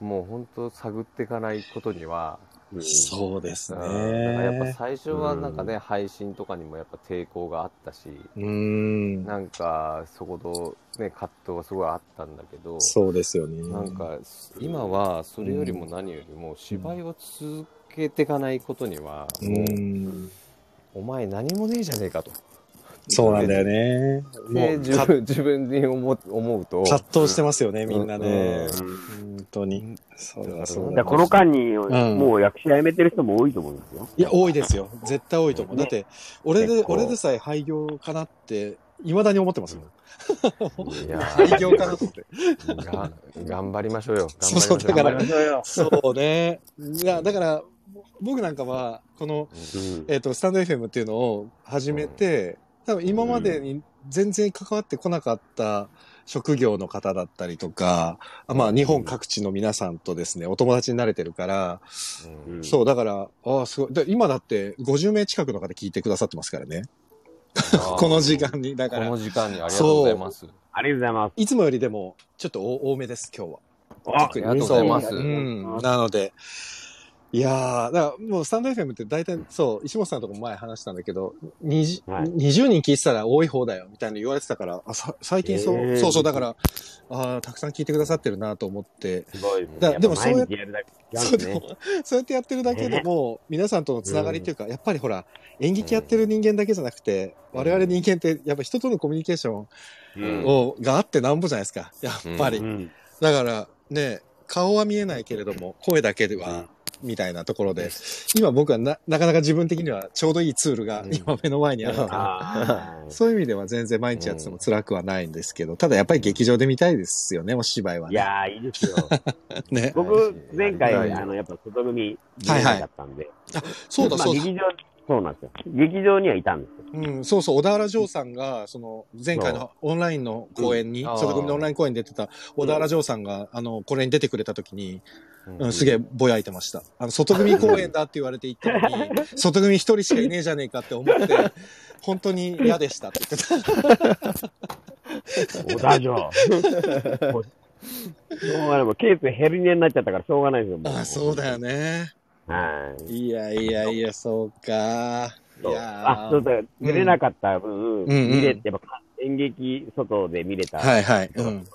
Speaker 4: もう本当探っていかないことには、
Speaker 1: そうです
Speaker 4: うん
Speaker 1: ね。
Speaker 4: だからやっぱ最初はなんかね、配信とかにもやっぱ抵抗があったし、
Speaker 1: うん。
Speaker 4: なんかそこと、ね、葛藤がすごいあったんだけど
Speaker 1: そうですよね。
Speaker 4: なんか今はそれよりも何よりも芝居を続けていかないことには、
Speaker 1: う。
Speaker 4: もうんお前何もねえじゃねえかと。
Speaker 1: そうなんだよね。も
Speaker 4: で
Speaker 1: う、
Speaker 4: 自
Speaker 1: か
Speaker 4: 分自分に思う思うと。
Speaker 1: 葛藤してますよね、みんなね。
Speaker 4: う
Speaker 1: 本当に。それはそう
Speaker 3: じゃ
Speaker 1: だ
Speaker 3: あこの間に、
Speaker 1: ん
Speaker 3: もう役者辞めてる人も多いと思いますよ。
Speaker 1: いや、多いですよ。絶対多いと思う。だって、俺で
Speaker 3: 結、構
Speaker 1: 俺でさえ廃業かなって、未だに思って ますよ。
Speaker 4: いや
Speaker 1: 廃業かなと思って。
Speaker 4: が頑張りましょうよ。
Speaker 1: そうそうだから
Speaker 4: 頑張りましょ
Speaker 1: そうね。いや、だから、僕なんかは、この、
Speaker 3: うん
Speaker 1: えっ、と、スタンド FM っていうのを始めて、多分今までに全然関わってこなかった職業の方だったりとか、あまあ日本各地の皆さんとですね、お友達になれてるから、
Speaker 4: う
Speaker 3: う
Speaker 4: うん
Speaker 3: ん
Speaker 1: そう、だから、ああ、すごい。で今だって50名近くの方聞いてくださってますからね。この時間に。だか
Speaker 4: こ
Speaker 1: ら
Speaker 4: の、時間にありがとうございます。
Speaker 3: ありがとうござい
Speaker 1: いつもよりでも、ちょっと多多めです、今日は。
Speaker 3: ます。
Speaker 1: 特に
Speaker 4: ありがとうございます
Speaker 1: そううん。なので、いやー、だからもうスタンド FM って大体そう、石本さんのとこも前話したんだけど、20,
Speaker 3: はい
Speaker 1: 20人聞いてたら多い方だよみたいに言われてたから、あさ最近そう、
Speaker 3: へー
Speaker 1: そうそう、だから、あーたくさん聞いてくださってるなと思って、
Speaker 3: すごいですね。
Speaker 1: だ
Speaker 3: やっぱ
Speaker 1: でもそうや
Speaker 3: 毎日やるだけ違
Speaker 1: そううん
Speaker 3: です
Speaker 1: で
Speaker 3: ね。
Speaker 1: も そうやってやってるだけでも、皆さんとのつながりっていうか、やっぱりほら、演劇やってる人間だけじゃなくて、
Speaker 4: うん
Speaker 1: 我々人間って、やっぱ人とのコミュニケーショ
Speaker 4: う
Speaker 1: ン
Speaker 4: ん
Speaker 1: を、があってなんぼじゃないですか、やっぱり。
Speaker 3: うん
Speaker 1: だから、ね、顔は見えないけれども、声だけでは、みたいなところで、今僕はななかなか自分的にはちょうどいいツールが
Speaker 4: うん
Speaker 1: 今目の前にあるので、
Speaker 3: あー
Speaker 1: そういう意味では全然毎日やってても辛くはないんですけど、ただやっぱり劇場で見たいですよね、お芝居はいね。
Speaker 3: やー、いいです よ。
Speaker 1: ね。
Speaker 3: 僕、前
Speaker 4: は
Speaker 3: 回、
Speaker 4: い
Speaker 3: あの、やっぱ外組、
Speaker 1: はいはい
Speaker 3: だったんで。
Speaker 1: そうだ
Speaker 3: まあ
Speaker 1: そうだ。
Speaker 3: 劇場、そうなんですよ。劇場にはいたんですよ。
Speaker 1: うん、そうそう、小田原城さんが、その、前回のオンラインの公演に、
Speaker 4: うんあー
Speaker 1: 外組のオンライン公演に出てた小田原城さんが、あの、これに出てくれた時に、うん、すげえぼやいてました。あの、外組公演だって言われて行った のに、外組一人しかいねえじゃねえかって思って、本当に嫌でしたって言ってた。
Speaker 3: 小田城。もうしょうがない。もうケースヘルニアになっちゃったからしょうがないですよ。も
Speaker 1: あ、そうだよ。ね。
Speaker 3: はい。
Speaker 1: いやいやいや、そうか。い
Speaker 3: そう
Speaker 1: や
Speaker 3: あ、
Speaker 1: ー
Speaker 3: そうだ。出れなかった
Speaker 1: んう
Speaker 3: 分、
Speaker 1: ん
Speaker 3: 見れて、やっぱ演劇外で見れた、
Speaker 1: はいはい。うん。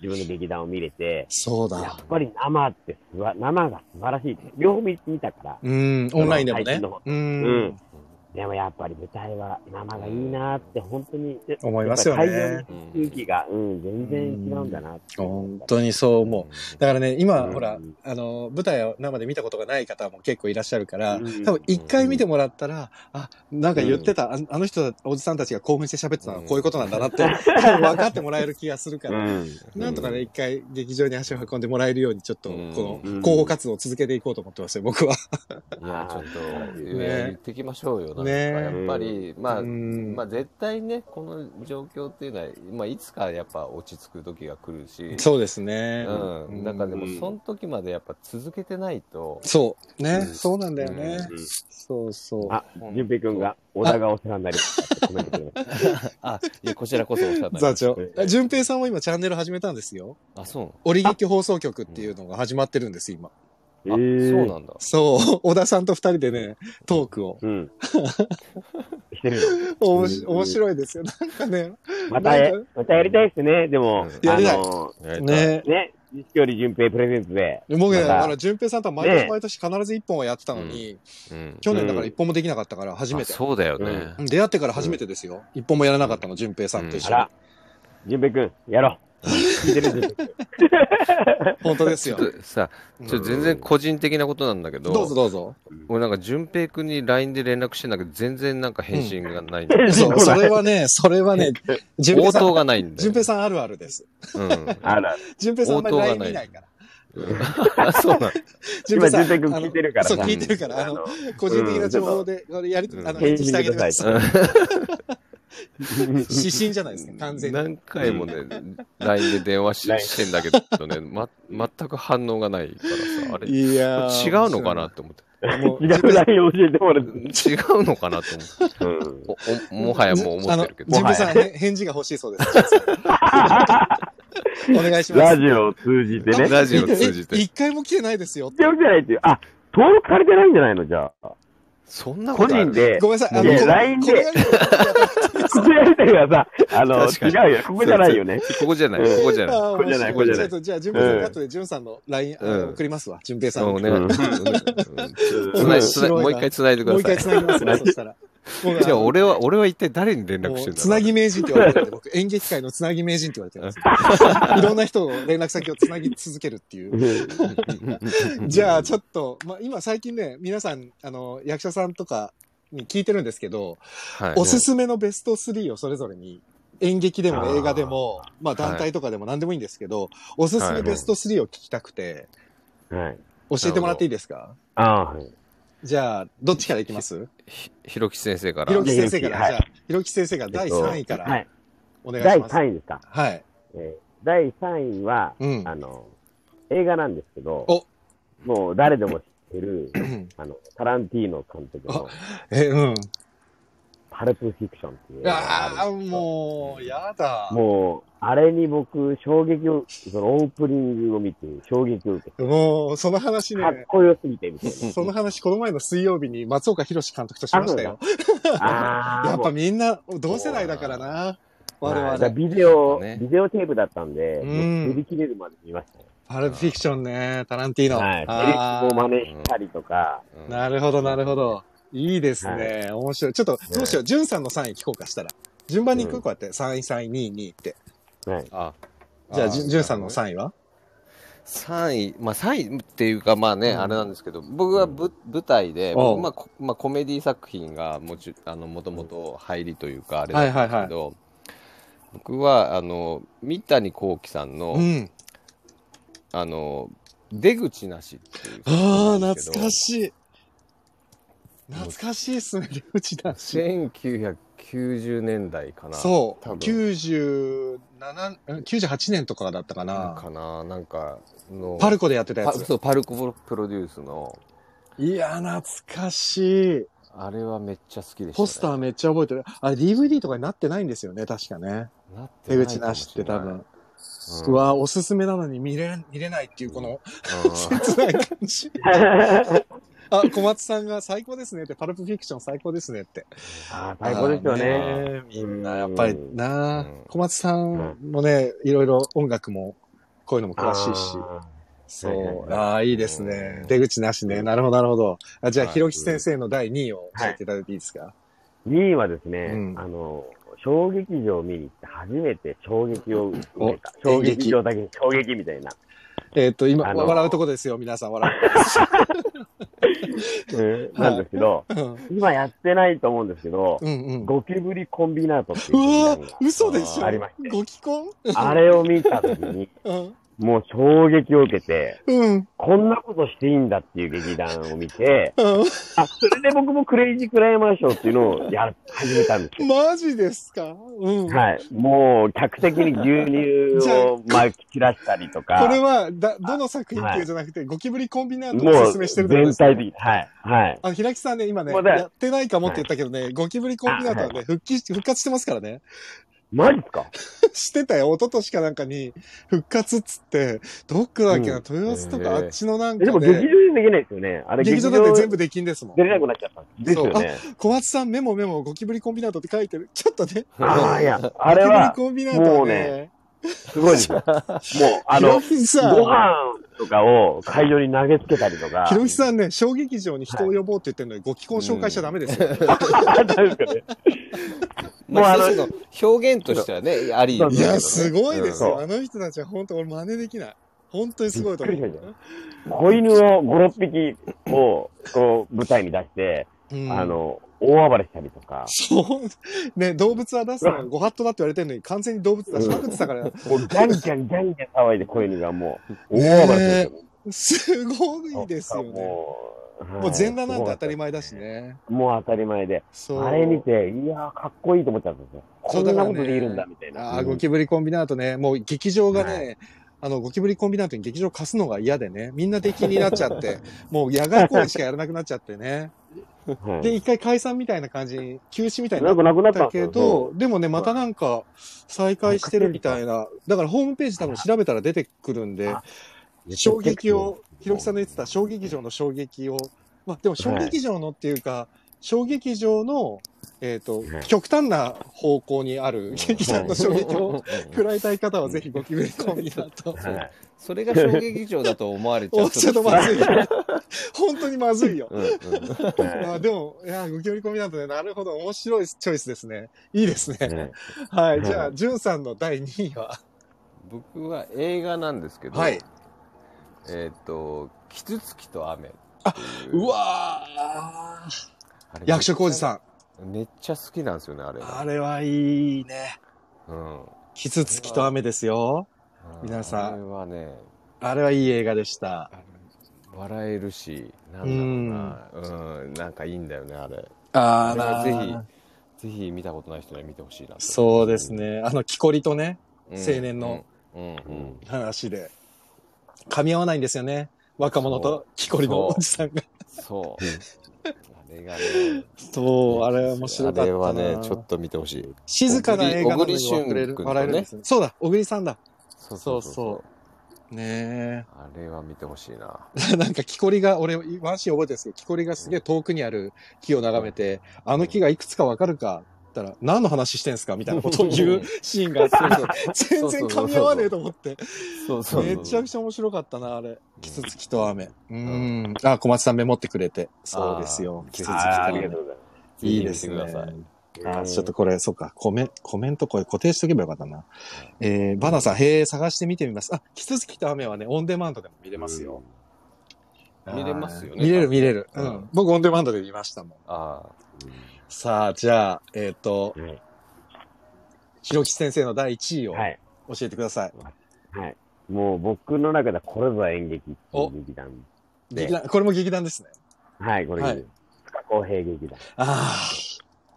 Speaker 3: 自分の劇団を見れて、
Speaker 1: そう
Speaker 3: や
Speaker 1: だ。
Speaker 3: っぱり生ってすわ、生が素晴らしい。両方見見たから。
Speaker 1: うん、オンラインでも
Speaker 3: 配
Speaker 1: ね
Speaker 3: 信の方。
Speaker 1: う
Speaker 3: うんん。でもやっぱり舞台は生がいいなって本当に。
Speaker 1: 思いますよね
Speaker 3: やっぱり会場の空気が、うん、全然違うんだなって
Speaker 1: 本当にそう思う。だからね、今、
Speaker 3: うん
Speaker 1: ほら、あの、舞台を生で見たことがない方も結構いらっしゃるから、
Speaker 3: うん
Speaker 1: 多分一回見てもらったら、あ、なんか言ってた、ああの人、おじさんたちが興奮して喋ってたのはこういうことなんだな って、多分分かってもらえる気がするから、なんとかね、一回劇場に足を運んでもらえるように、ちょっと、
Speaker 4: うん
Speaker 1: こ
Speaker 3: う
Speaker 1: の、
Speaker 3: ん
Speaker 1: 広報活動を続けていこうと思ってますよ、僕は。
Speaker 4: いや、ちょっと、いや
Speaker 1: ね
Speaker 4: 言っていきましょうよ。なんか
Speaker 1: ね
Speaker 4: やっぱり、まあ、
Speaker 1: うん
Speaker 4: まあ絶対ね、この状況っていうのは、まあいつかやっぱ落ち着く時が来るし、
Speaker 1: そうですね。
Speaker 4: うん。だからでも
Speaker 3: うん、
Speaker 4: その時までやっぱ続けてないと、
Speaker 1: そう。ね、
Speaker 4: うん
Speaker 1: そうなんだよね。
Speaker 3: うん
Speaker 1: そうそう。
Speaker 3: あ、淳平くんが、小田がお世話になりましたってコメントくれました。
Speaker 4: あ、いや、こちらこそおっしゃった。
Speaker 1: 座長。あ順平さんは今チャンネル始めたんですよ。
Speaker 4: あ、そうなの
Speaker 1: 折劇放送局っていうのが始まってるんです、今。
Speaker 3: え
Speaker 4: あ、
Speaker 3: ー
Speaker 4: そうなんだ。
Speaker 1: そう、 小田さんと二人でね、トークを。
Speaker 3: うん。してる
Speaker 1: おも
Speaker 3: う
Speaker 1: し
Speaker 3: ん
Speaker 1: 面白いですよ。なんかね、
Speaker 3: の。またや
Speaker 1: なん、
Speaker 3: またやりたいですね。でも、
Speaker 4: うん
Speaker 1: やりたい
Speaker 3: あの
Speaker 1: ね。
Speaker 3: ね、西京里淳平プレゼンツで。
Speaker 1: 僕ね、だ
Speaker 3: また
Speaker 1: から、淳平さんとは毎年
Speaker 3: ね
Speaker 1: 毎年必ず一本はやってたのに、
Speaker 4: うん。
Speaker 1: 去年だから一本もできなかったから、初めて
Speaker 4: あ。そうだよ
Speaker 3: う
Speaker 4: ね
Speaker 3: ん。
Speaker 1: うん出会ってから初めてですよ。一本もやらなかったの、淳平さんと一緒
Speaker 3: あ
Speaker 1: に
Speaker 3: ら。、淳平くん、やろう。聞いてる淳 平
Speaker 1: 本当です
Speaker 4: ちょ
Speaker 1: よ
Speaker 4: っ。とさ、ちょっと全然個人的なことなんだけど、
Speaker 1: どうぞどうぞ。
Speaker 4: 俺なんか淳平君に LINE で連絡してんだけど、全然なんか返信がないんだ、
Speaker 3: 君。
Speaker 1: そう、それ
Speaker 3: は。
Speaker 1: はね、それはね、淳
Speaker 4: 応
Speaker 1: 平さ
Speaker 4: 答
Speaker 1: ん、
Speaker 4: がないんだ
Speaker 1: 淳
Speaker 4: よ。
Speaker 1: 平さんあるあるです。
Speaker 4: うん。
Speaker 3: あら、
Speaker 1: 淳平さんあんまり
Speaker 4: 応答が
Speaker 1: LINE
Speaker 4: ない
Speaker 1: 見ないから。
Speaker 4: あ、 そうなん
Speaker 1: 平
Speaker 3: 今、
Speaker 1: さん
Speaker 3: 淳平くん聞いてるから
Speaker 1: そ
Speaker 3: さ。
Speaker 1: う、聞いてるから、あ
Speaker 3: あ
Speaker 1: の
Speaker 3: の、
Speaker 1: 個人的な情報で、あのやり
Speaker 4: う、ん
Speaker 1: あの、返
Speaker 3: 返
Speaker 1: 事
Speaker 3: 事
Speaker 1: してあげてください。
Speaker 4: だ。
Speaker 1: 指針じゃないですか、完全に。
Speaker 4: 何回もね、LINE で電話し
Speaker 3: LINE
Speaker 4: してんだけどね、ま、全く反応がないからさ、あれ、違う
Speaker 1: いやー
Speaker 4: のかなって思って。
Speaker 1: もう
Speaker 3: 違うライン教えてもらって。
Speaker 4: 違うのかなと
Speaker 3: うん
Speaker 4: 思って。おおもはやもう思ってるけど。
Speaker 1: あの、純
Speaker 4: もは
Speaker 1: 平
Speaker 4: や
Speaker 1: さん、へ返事が欲しいそうです。 お願いしま
Speaker 3: ラ
Speaker 1: す。
Speaker 3: ジオを通じてね。
Speaker 4: ラジオを通じ
Speaker 1: え
Speaker 4: て。
Speaker 1: 一回も来てないですよ。
Speaker 3: 必要じゃないっていう。あ、登録されてないんじゃないのじゃあ。
Speaker 4: そんな
Speaker 3: 個
Speaker 4: ことある
Speaker 3: 人で。
Speaker 1: ごめんなさい。あ
Speaker 3: い
Speaker 1: の、
Speaker 3: や
Speaker 1: こ
Speaker 3: LINE で
Speaker 1: このやりとり
Speaker 3: ここやりたいからさ、あの、
Speaker 4: 確かに
Speaker 3: 違うよ。ここじゃないよね。。
Speaker 4: ここじゃない、ここじゃない。
Speaker 1: あー
Speaker 3: これじゃない
Speaker 1: 面白
Speaker 3: これじゃ
Speaker 1: ち
Speaker 3: ない
Speaker 1: ょっとじゃあ、純平さん
Speaker 3: うん
Speaker 1: に後で純さんの LINE あ
Speaker 4: う
Speaker 1: の
Speaker 4: ん
Speaker 1: 送りますわ。純平さん
Speaker 4: そう
Speaker 1: に。
Speaker 4: ね。
Speaker 3: うん
Speaker 4: つないつないもう一回繋いでく
Speaker 1: もう
Speaker 4: だ
Speaker 1: 一回
Speaker 4: さ
Speaker 1: 繋ぎますわ、そしたら。
Speaker 4: い。じゃあ、俺は、俺は一体誰に連絡
Speaker 1: も
Speaker 4: して
Speaker 1: うん
Speaker 4: だ
Speaker 1: つなぎ名人って言われてるんで、僕、演劇界のつなぎ名人って言われてるんですよ。いろんな人の連絡先をつなぎ続けるっていう。じゃあ、ちょっと、まあ、今最近ね、皆さん、あの、役者さんとかに聞いてるんですけど、
Speaker 4: はい、
Speaker 1: おすすめのベスト3をそれぞれに、演劇でも映画でも、まあ団体とかでも何でもいいんですけど、おすすめベスト3を聞きたくて、
Speaker 3: はい。
Speaker 1: 教えてもらっていいですか
Speaker 3: ああ、はい。
Speaker 1: じゃあ、どっちからいきます
Speaker 4: ひひろき先生から
Speaker 1: ひろき先生から、
Speaker 3: はい
Speaker 1: じゃあ、ひろき先生が第3位か
Speaker 3: は
Speaker 1: ら
Speaker 3: い。
Speaker 1: お願い
Speaker 3: 第
Speaker 1: します。
Speaker 3: 3位ですか。
Speaker 1: はい。
Speaker 3: えー第3位は、
Speaker 1: うん
Speaker 3: あの、映画なんですけど
Speaker 1: お、
Speaker 3: もう誰でも知ってる、
Speaker 1: ん
Speaker 3: あの、タランティーノ監督の、
Speaker 1: え、うん。
Speaker 3: パルプフィクションっていう映画があ
Speaker 1: ああ、
Speaker 3: る
Speaker 1: もう、やだ。
Speaker 3: もう、あれに僕、衝撃を、そのオープニングを見て、衝撃を受け
Speaker 1: もう、その話
Speaker 3: て、かっ
Speaker 1: ね、
Speaker 3: こよすぎて、みたい
Speaker 1: その話、この前の水曜日に松岡弘監督としましたよ。
Speaker 3: な。ああ、
Speaker 1: やっ
Speaker 3: も
Speaker 1: ぱ
Speaker 3: う
Speaker 1: みんな、同世代だからな。我
Speaker 3: だ
Speaker 1: 々。
Speaker 3: からビデオ、
Speaker 4: ね
Speaker 3: ビデオテープだったんで、
Speaker 1: うん
Speaker 3: 売り切れるまで見ましたよ。
Speaker 1: パルプフィクションね、タランティーノ。
Speaker 3: はい。エリッ
Speaker 1: あ
Speaker 3: ク
Speaker 1: ー
Speaker 3: も真似したりとか、
Speaker 4: うん
Speaker 1: なるほど、なるほど。いいですね。面白い。ちょっと、どうしよう。ジュンさんの3位聞こうかしたら。順番に行く
Speaker 3: うん
Speaker 1: こうやって。3位、3位、2位、2位って。
Speaker 3: はい。
Speaker 4: あ
Speaker 1: じゃあ、
Speaker 4: ー
Speaker 1: ジュンジュンさんの3位は
Speaker 4: 3位、まあ、3位っていうか、まあね、
Speaker 1: うん
Speaker 4: あれなんですけど、僕はぶ舞台で、
Speaker 1: おう
Speaker 4: まあこまあ、コメディ作品がもちあのもともと入りというか、あれだったんですけど、僕はあの三谷幸喜さんの,、
Speaker 1: うん。
Speaker 4: あの出口なしっていう
Speaker 1: あ
Speaker 4: 作品な
Speaker 1: あ、
Speaker 4: んです
Speaker 1: 懐
Speaker 4: けど
Speaker 1: かしい。懐かしいっすね、 出口だし。
Speaker 4: 1990年代かな。
Speaker 1: そう。
Speaker 4: 多分
Speaker 1: 97、うん98年とかだったかな。
Speaker 4: かな、なんかの、
Speaker 1: パルコでやってたや
Speaker 4: パ
Speaker 1: つ。
Speaker 4: そうパルコプロデュースの、
Speaker 1: いや、懐かしい。
Speaker 4: あれはめっちゃ好きでした、ね。
Speaker 1: ポスターめっちゃ覚えてる。あれ DVD とかになってないんですよね、確かね。
Speaker 4: なって
Speaker 1: 出
Speaker 4: ない
Speaker 1: 口なしって多分。
Speaker 4: う
Speaker 1: うんわ、おすすめなのに見れ、見れないっていうこの
Speaker 4: かも しれない。
Speaker 1: 切ない感じ。 あ、小松さんが最高ですねって、パルプフィクション最高ですねって。
Speaker 3: ああ、最高ですよ
Speaker 1: あ
Speaker 3: ね。
Speaker 1: ーねみんなやっぱりなあ、
Speaker 4: うん
Speaker 1: 小松さんもね、いろいろ音楽も、こういうのも詳しいし。そう。ああ、いいですね
Speaker 4: う。ん
Speaker 1: 出口なしね。なるほど、なるほど。あじゃあ、
Speaker 4: はい
Speaker 1: ひろき先生の第2位を教えていただいていいですか、
Speaker 3: 2位はですね、
Speaker 1: うん
Speaker 3: あの、小劇場を見に行って初めて衝撃を受けた。
Speaker 1: お
Speaker 3: 小劇場だけに衝撃みたいな。
Speaker 1: えっ、と、今、
Speaker 3: あの
Speaker 1: 笑うとこですよ。皆さん笑うとこです。
Speaker 3: なんですけど、
Speaker 1: うん
Speaker 3: 今やってないと思うんですけど、
Speaker 1: うんうん。
Speaker 3: ゴキブリコンビナートっていう
Speaker 1: わ
Speaker 3: う劇団
Speaker 1: 嘘でしょ
Speaker 3: ありまして
Speaker 1: ご既婚
Speaker 3: があれを見た時に、
Speaker 1: うん。
Speaker 3: もう衝撃を受けて、
Speaker 1: うん。
Speaker 3: こんなことしていいんだっていう劇団を見て、
Speaker 1: うん。
Speaker 3: あ、それで僕もクレイジークライマーショーっていうのをや、始めたんですよ。
Speaker 1: マジですかうん。
Speaker 3: はい。もう、客席に牛乳をまき散らしたりとか。
Speaker 1: これは、だ、どの作品級じゃなくて、ゴキブリコンビナートをお
Speaker 3: も
Speaker 1: す
Speaker 3: う、
Speaker 1: すめしてるってことで
Speaker 3: 全
Speaker 1: すね
Speaker 3: 体的に。はい。はい。
Speaker 1: あの、平木さんね、今ね、
Speaker 3: もうだ
Speaker 1: やってないかもって言ったけどね、ゴキブリコンビナートは
Speaker 3: あは
Speaker 1: ね、復帰し、復活してますからね。
Speaker 3: マジっすか
Speaker 1: してたよ、一昨年かなんかに、復活っつって、どっかだっけな、
Speaker 3: う
Speaker 1: 豊洲と
Speaker 4: へ
Speaker 1: かあ
Speaker 4: え
Speaker 1: っちのなん
Speaker 3: えで
Speaker 1: か
Speaker 3: も劇場
Speaker 1: で、
Speaker 3: でできないですよね。あれ
Speaker 1: 劇場だって全部できんですもん
Speaker 3: 出。れなくなっちゃったんですですよね。
Speaker 1: 小松さんメモメモ、ゴキブリコンビナートって書いてる。ちょっとね、
Speaker 3: ああ、いや、あ
Speaker 1: ゴ
Speaker 3: れ
Speaker 1: キブリ
Speaker 3: は、
Speaker 1: コンビナートはね、
Speaker 3: すごいですよ。もう、あ
Speaker 1: ひろ
Speaker 3: の、
Speaker 1: き
Speaker 3: ご
Speaker 1: さん、
Speaker 3: 飯とかを会場に投げつけたりとか
Speaker 1: ひ。ろきさんね、小劇場に人を呼ぼうって言ってるのに、ご既婚紹介しちゃダメですよ。
Speaker 3: あ大丈夫ですかね。
Speaker 4: まあ、
Speaker 3: もうあの
Speaker 4: 一つの表現としてはね、あり、
Speaker 3: そうそう
Speaker 1: いや、すごいですよ。
Speaker 3: うん
Speaker 1: あの人たちは本当俺真似できない。本当にすごいと思
Speaker 3: びっくりし
Speaker 1: う。
Speaker 3: 子犬を5、6匹を、こう、舞台に出して、
Speaker 1: うん
Speaker 3: あの、大暴れしたりとか。
Speaker 1: そう。ね、動物は出すのがご法度だって言われてるのに、完全に動物出しまくってた から、
Speaker 3: もう、ギャンギャンギャンギャン騒いで、子犬がもう、大暴れしてるん
Speaker 1: す
Speaker 3: ですよ。
Speaker 1: ごいですよね。
Speaker 3: もう、はい
Speaker 1: もう全裸なんて当たり前だし。ね。
Speaker 3: もう当たり前で。
Speaker 1: そう。
Speaker 3: あれ見て、いやー、かっこいいと思っちゃったんですよ。
Speaker 1: そ
Speaker 3: こ
Speaker 1: うんだか
Speaker 3: な
Speaker 1: ら
Speaker 3: こ
Speaker 1: ね
Speaker 3: とできるんだ、みたいな。
Speaker 1: ああ、
Speaker 3: うん
Speaker 1: ゴキブリコンビナートね、もう劇場が
Speaker 3: は
Speaker 1: ね、あの、ゴキブリコンビナートに劇場貸すのが嫌でね、みんな出禁になっちゃって、もう野外公演しかやらなくなっちゃってね。
Speaker 3: はい
Speaker 1: で、一回解散みたいな感じに、休止みたいにな
Speaker 3: な
Speaker 1: っ
Speaker 3: くなくなった
Speaker 1: だ
Speaker 3: んです
Speaker 1: け
Speaker 3: よ
Speaker 1: ど、でもね、またなんか、再開してるみたいな。だからホームページ多分調べたら出てくるんで
Speaker 3: あ、
Speaker 1: 衝撃を、ひろきさんの言ってた小劇場の衝撃を、まあでも小劇場のっていうか、小劇場の、えっと
Speaker 3: は、い
Speaker 1: 極端な方向にある劇団の衝撃を食らいたい方はぜひご気分込みだ と。
Speaker 3: はいはい
Speaker 4: それが衝撃場だと思われちゃ
Speaker 1: お
Speaker 4: う。
Speaker 1: ちょっとまずいよ。本当にまずいよ。
Speaker 4: うんうん
Speaker 1: まあでも、いや、ご気分込みだとね、なるほど、面白いチョイスですね。いいです
Speaker 3: は
Speaker 1: ね。
Speaker 3: い
Speaker 1: はい、じゃあ、じゅんさんの第2位は。
Speaker 4: 僕は映画なんですけど、
Speaker 1: はい
Speaker 4: えっ、と、キツツキと雨っていう。
Speaker 1: うわー
Speaker 4: あれ
Speaker 1: 役所広司さん。
Speaker 4: ん。めっちゃ好きなんですよね、あれ。
Speaker 1: あれはいいね。
Speaker 4: うん。
Speaker 1: キツツキと雨ですよ。皆さん
Speaker 4: あれはね、
Speaker 1: あれはいい映画でした。
Speaker 4: あの笑えるし、なんだろうな。うん、なんかいいんだよね、あれ。
Speaker 1: あ
Speaker 4: あれはぜひ、ぜひ見たことない人には見てほしいなと
Speaker 1: そうです。ね。あの、木こりとね、
Speaker 4: うん
Speaker 1: 青年の。
Speaker 4: うん、うんうん
Speaker 1: 話で。噛み合わないんですよね。若者と木こりのおじさんが。
Speaker 4: そう。あれがね。
Speaker 1: そう、あれ面白かったな。
Speaker 4: あれはね、ちょっと見てほしい。
Speaker 1: 静かな映画なのに
Speaker 4: 小栗
Speaker 1: 笑える
Speaker 4: 小栗旬君とね
Speaker 1: 笑えるんですね。そうだ、小栗さんだ。
Speaker 4: そう
Speaker 1: そうそうね
Speaker 4: あれは見てほしいな。
Speaker 1: え。 なんか木こりが、俺、ワンシーン覚えてるんですけど、木こりがすげえ遠くにある木を眺めて、あの木がいくつかわかるかって言ったら、何の話してんすかみたいなことを言うシーンがあって、 全然噛み合わねえと思って。
Speaker 4: そうそう
Speaker 1: めちゃくちゃ面白かったな、あれ。キツツキと雨。うん。あ、小松さんメモってくれて。そうですよ。
Speaker 4: あー
Speaker 1: キツツキと
Speaker 3: あーありが
Speaker 1: 雨
Speaker 3: と。うござい
Speaker 1: いいですね。
Speaker 4: ぜひ見てください
Speaker 1: あーちょっとこれ、そうか、コメ、コメントこれ固定しとけばよかったな。えー、バナさん、へえ、探してみてみます。あ、キツツキと雨はね、オンデマンドでも見れますよ。
Speaker 4: うん見れますよね
Speaker 1: 見れる見れる。う
Speaker 4: うん
Speaker 1: ん。僕、オンデマンドで見ましたもん。
Speaker 4: あ
Speaker 1: さあ、じゃあ、えっ、と、
Speaker 3: はい
Speaker 1: ひろき先生の第1位を
Speaker 3: はい。
Speaker 1: 教えてください。
Speaker 3: はい。もう僕の中ではこれぞ演劇っていう劇団。で
Speaker 1: 劇団、これも劇団ですね。
Speaker 3: はい、これ、
Speaker 1: はい
Speaker 3: 塚公平劇団。
Speaker 1: あ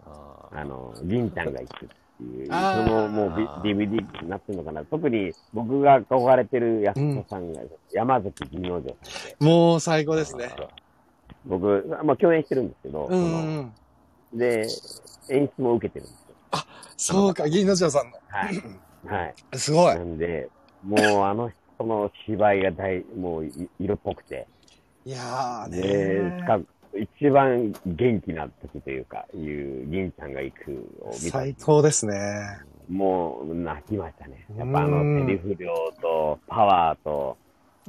Speaker 4: あああ
Speaker 3: あの、銀ちゃんが行くっていう、そ
Speaker 1: あー
Speaker 3: のもう D- DVD になってるのかな。特に僕が憧れてる安子さんが、山崎銀王女。
Speaker 1: あ、もう最高ですね。
Speaker 3: 僕、まあ共演してるんですけど、
Speaker 1: う
Speaker 3: その
Speaker 1: んうん。
Speaker 3: で、演出も受けてるんですよ。
Speaker 1: そうか、銀の城さんの。
Speaker 3: はい。はい。
Speaker 1: すごい
Speaker 3: な。んで、もうあの人の芝居が大、もうい色っぽくて、
Speaker 1: いやーね
Speaker 3: で、
Speaker 1: ー
Speaker 3: しかも一番元気な時というか、いう銀ちゃんが行くを見た
Speaker 1: 最高ですね。
Speaker 3: もう泣きましたね。やっぱあ
Speaker 1: うん
Speaker 3: のセリフ量とパワーと、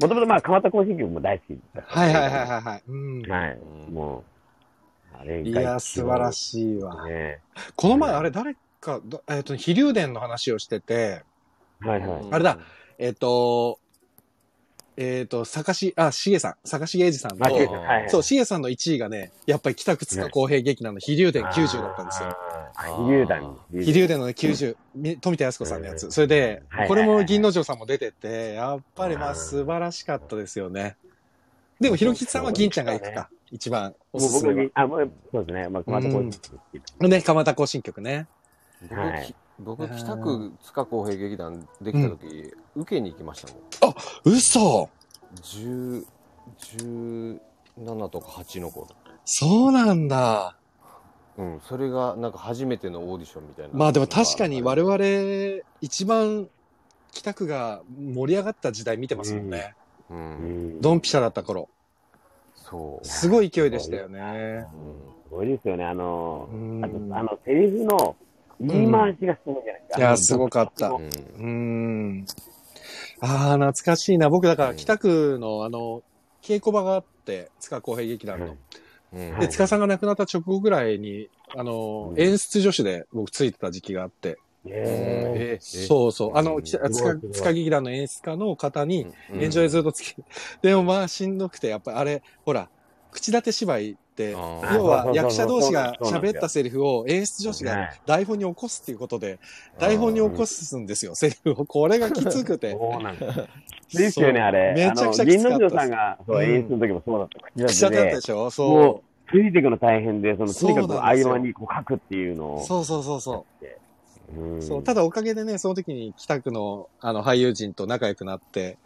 Speaker 3: もともとまあ、蒲田行進曲も大好きだったん
Speaker 1: はい
Speaker 3: で
Speaker 1: はいはいはいはい。うん。
Speaker 3: はい。
Speaker 4: うん
Speaker 3: もう、あれが
Speaker 1: いや、素晴ら
Speaker 3: い。
Speaker 1: しいわ。
Speaker 3: ね、
Speaker 1: この前、あれ、誰か、どえっ、と、飛竜伝の話をしてて、
Speaker 3: はいはい。
Speaker 1: あれだ。えっ、と、えっ、と、坂し、あ、しげさん、坂しげじさん
Speaker 3: 間違え
Speaker 1: と、
Speaker 3: た。はい、はい。
Speaker 1: そう、しげさんの1位がね、やっぱり北靴か公平劇団の飛竜伝90だったんですよ。
Speaker 3: あー。あ飛竜団。
Speaker 1: 飛竜伝のね90、み富田靖子さんのやつ。それで
Speaker 3: はいはいは、い
Speaker 1: これも銀之丞さんも出てて、やっぱりまあ素晴らしかったですよね。でも、ひろきちさんは銀ちゃんが行くか。一番お
Speaker 3: も
Speaker 1: す
Speaker 3: う
Speaker 1: す
Speaker 3: 僕
Speaker 1: めは
Speaker 3: に、あ、もう、そうですね。まあ、蒲田行進曲っていうか
Speaker 1: ね、蒲田行進曲ね。
Speaker 4: 僕、
Speaker 3: はい
Speaker 4: き僕北区塚公平劇団できた時、受けに行きましたもん。
Speaker 1: 嘘
Speaker 4: 10、17とか8の頃。
Speaker 1: そうなんだ。
Speaker 4: うん、それがなんか初めてのオーディションみたいな。
Speaker 1: まあでも確かに我々、一番北区が盛り上がった時代見てますもんね。
Speaker 4: 々、う、
Speaker 3: うんん
Speaker 1: ドンピシャだった頃。
Speaker 4: そう。
Speaker 1: すごい勢いでしたよね。
Speaker 3: す
Speaker 4: う
Speaker 3: ごいですよね。あの
Speaker 1: う、
Speaker 3: あと
Speaker 1: ん
Speaker 3: あ。の、セリフの言い回しがすごいじゃないですか。
Speaker 1: いや、すごかった。
Speaker 4: ん。
Speaker 1: うん。ああ、懐かしいな。僕だから北区のあの、稽古場があって、塚公平劇団の。
Speaker 4: うん。
Speaker 1: で、塚さんが亡くなった直後ぐらいに、あの、
Speaker 3: うん
Speaker 1: 演出助手で僕ついてた時期があって、
Speaker 3: え
Speaker 4: え
Speaker 1: そうそう。あの、
Speaker 4: うん
Speaker 1: きた塚
Speaker 3: すごい
Speaker 1: 塚劇団の演出家の方に、
Speaker 4: うん
Speaker 1: 演者でずっとつけ、 でもまあしんどくて、やっぱりあれ、ほら、口立て芝居って、
Speaker 4: あー
Speaker 1: 要は
Speaker 3: そうそうそう
Speaker 1: 役者同士が
Speaker 3: そうなんで
Speaker 1: 喋
Speaker 3: すよ
Speaker 1: ったセリフを演出女子が
Speaker 3: ね
Speaker 1: 台本に起こすっていうことで、台本に起こすんですよ、セリフを。これがきつく て。
Speaker 3: そうなんです。ですよね、あれ。
Speaker 1: めちゃくちゃきつか
Speaker 3: あの銀之
Speaker 1: っ
Speaker 3: 丞さ
Speaker 1: た。
Speaker 3: んが、そうう、
Speaker 1: ん
Speaker 3: 演出の時もそうだった。
Speaker 1: 口
Speaker 3: 口だ
Speaker 1: 立
Speaker 3: って
Speaker 1: だった
Speaker 3: で
Speaker 1: で、しょそ
Speaker 3: もう、ついていくの大変で、その、
Speaker 1: そ
Speaker 3: と
Speaker 1: う
Speaker 3: に
Speaker 1: な
Speaker 3: か
Speaker 1: んです
Speaker 3: く
Speaker 1: よ
Speaker 3: 合間にこう書くっていうの
Speaker 1: う。
Speaker 3: を。
Speaker 1: そうそうそうそう。
Speaker 3: うん
Speaker 1: そう、ただおかげでね、その時に北区のあの俳優陣と仲良くなって、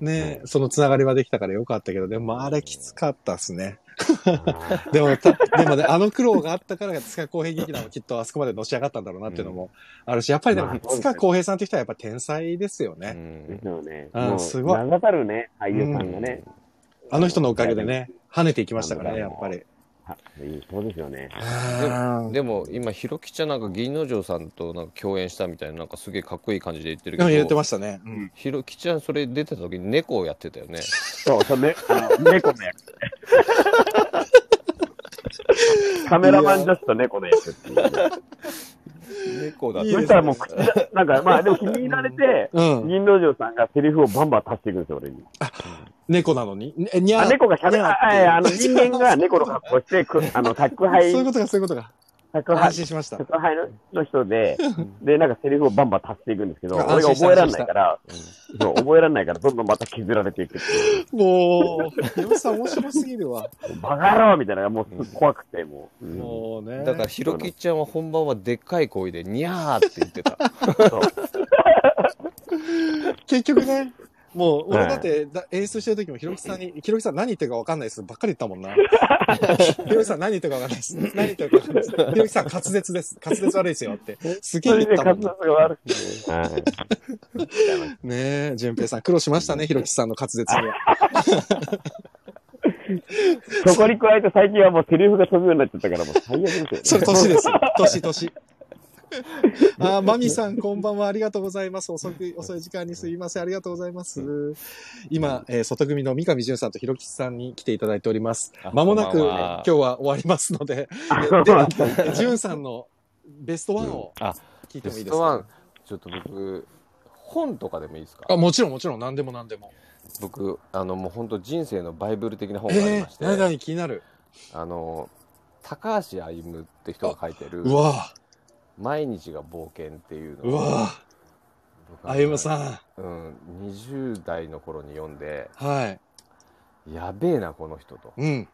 Speaker 1: ね、
Speaker 3: う
Speaker 1: そのつながりはできたからよかったけど、でもあれきつかったっすね。
Speaker 3: あ
Speaker 1: でもた、でもね、あの苦労があったから、塚公平劇団はきっとあそこまでのし上がったんだろうなっていうのもあるし、やっぱりで
Speaker 3: ま
Speaker 1: も
Speaker 3: あ、
Speaker 1: 塚公平さんって人はやっぱ天才ですよね。
Speaker 3: ーですよね。
Speaker 1: うん
Speaker 3: もう
Speaker 1: すごい
Speaker 3: 名だたるね、俳優さんがね。
Speaker 1: あの人のおかげでね、跳ねていきましたからね、やっぱり。
Speaker 3: はそうですよね。
Speaker 1: うん
Speaker 4: でも今ひろきちゃんなんか銀之丞さんとなんか共演したみたいななんかすげえかっこいい感じで言ってる
Speaker 1: でも言
Speaker 4: け
Speaker 1: って
Speaker 4: ど
Speaker 1: ましたね。うん
Speaker 4: ひろきちゃんそれ出てた時に猫をやってたよね
Speaker 3: そう、そうね、あの、猫の役。 カメラマン女子と猫の役っていう。
Speaker 4: 猫だっ
Speaker 1: いい
Speaker 4: た
Speaker 1: で
Speaker 3: そ
Speaker 1: す
Speaker 3: したらもう口だ、なんか、まあ、でも気に入られて、
Speaker 1: うん。
Speaker 3: 銀之丞さんがセリフをバンバン足していくんですよ、俺に。
Speaker 1: 猫なのに。ねにゃ
Speaker 3: あ、
Speaker 1: ー
Speaker 3: 猫が喋
Speaker 1: に
Speaker 3: る、
Speaker 1: ゃーっ
Speaker 3: あ
Speaker 1: て
Speaker 3: えーあの、人間が猫の格好して、くあの、宅 配、
Speaker 1: そういうことか、そういうことか。
Speaker 3: 宅
Speaker 1: 安
Speaker 3: 配、
Speaker 1: 心し ました。
Speaker 3: 宅配のの人で、で、なんかセリフをバンバン足していくんですけど、
Speaker 1: あ
Speaker 3: 俺が
Speaker 1: 安心した
Speaker 3: 覚えられないから、そう、覚えられないから、どんどんまた削られていくっていう。
Speaker 1: もう、ヒロシさん面白すぎるわ。
Speaker 3: バカ野郎みたいなのがもうす怖くて、もう。うん
Speaker 1: もうね。
Speaker 4: だからひろきちゃんは本番はでっかい声で「にゃー」って言ってた
Speaker 3: そう
Speaker 1: 結局ね、もう、俺
Speaker 3: はい
Speaker 1: だって、だ演出してる時も、ひろきさんに、ひろきさん何言ってるか分かんないですばっかり言ったもんな。 ひろきさん何言ってるか分かんないです。何言ってるか分かんないです。ひろきさん滑舌です。滑舌悪いですよって。すげ
Speaker 3: そ
Speaker 1: え
Speaker 3: れ
Speaker 1: 言っ
Speaker 3: で
Speaker 1: たも
Speaker 3: 滑
Speaker 1: ん
Speaker 3: 舌
Speaker 1: な。
Speaker 3: が悪くて。はい
Speaker 1: ねえ、淳平さん苦労しましたね、ひろきさんの滑舌には。
Speaker 3: そこに加えて最近はもうセリフが飛ぶようになっちゃったから、もう最悪で
Speaker 1: そ
Speaker 3: すよ
Speaker 1: れ
Speaker 3: ね。
Speaker 1: 年ですよ。年、年。あー、マミさん、こんばんは。ありがとうございます。遅く、遅い時間にすいません。ありがとうございます。今、えー外組の三上淳さんとひろきさんに来ていただいております。
Speaker 4: あ
Speaker 1: まもなく、
Speaker 4: こんばん
Speaker 1: 今
Speaker 4: は
Speaker 1: 日は終わりますので、えでは、 淳さんのベストワンを
Speaker 4: うんあ
Speaker 1: 聞いて
Speaker 4: ベ
Speaker 1: もいい
Speaker 4: ス
Speaker 1: です
Speaker 4: トワ
Speaker 1: か
Speaker 4: ン、ちょっと僕、本とかでもいいですか
Speaker 1: あ、もちろん、もちろん、何でも何でも。
Speaker 4: 僕、あの、もう本当人生のバイブル的な本があり
Speaker 1: え
Speaker 4: まして、
Speaker 1: ー、何々気になる。
Speaker 4: あの、高橋歩夢って人が書いてる
Speaker 1: う、わ
Speaker 4: 毎日が冒険っていう
Speaker 1: ぁ、う
Speaker 4: の
Speaker 1: わぁ、
Speaker 4: 僕は
Speaker 1: あゆむさ
Speaker 4: うん、20代の頃に読んで、
Speaker 1: ん。はい。
Speaker 4: やべえな、この人と。
Speaker 1: うん。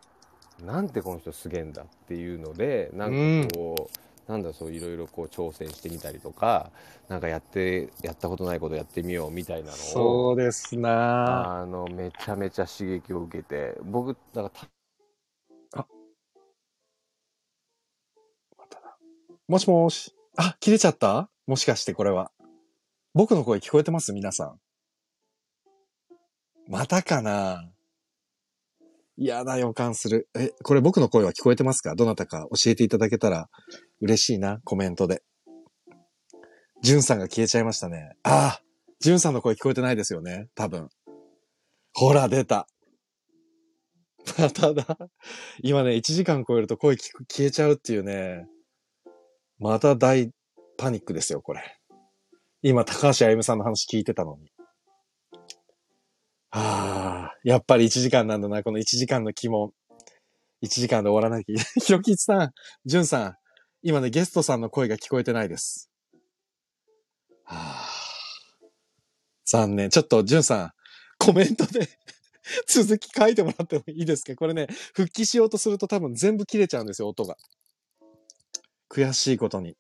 Speaker 4: なんてこの人すげえんだっていうのでなんかこう、なんだそういろいろこう挑戦してみたりとかなんかやってやったことないことやってみようみたいなのを
Speaker 1: そうですなぁ。
Speaker 4: あのめちゃめちゃ刺激を受けて僕だからた
Speaker 1: もしもし。あ、切れちゃったもしかしてこれは。僕の声聞こえてます皆さん。またかな嫌な予感する。え、これ僕の声は聞こえてますかどなたか教えていただけたら嬉しいな、コメントで。じゅんさんが消えちゃいましたね。ああ、じゅんさんの声聞こえてないですよね多分。ほら、出た。 まただ。今ね、1時間超えると声聞く消えちゃうっていうね。また大パニックですよ、これ。今、高橋歩夢さんの話聞いてたのに。ああ、やっぱり1時間なんだな、この1時間の鬼門。1時間で終わらなきゃ。 ひろきちさん、じゅんさん、今ね、ゲストさんの声が聞こえてないです。あー残念。ちょっと、じゅんさん、コメントで 続き書いてもらってもいいですかこれね、復帰しようとすると多分全部切れちゃうんですよ、音が。悔しいことに。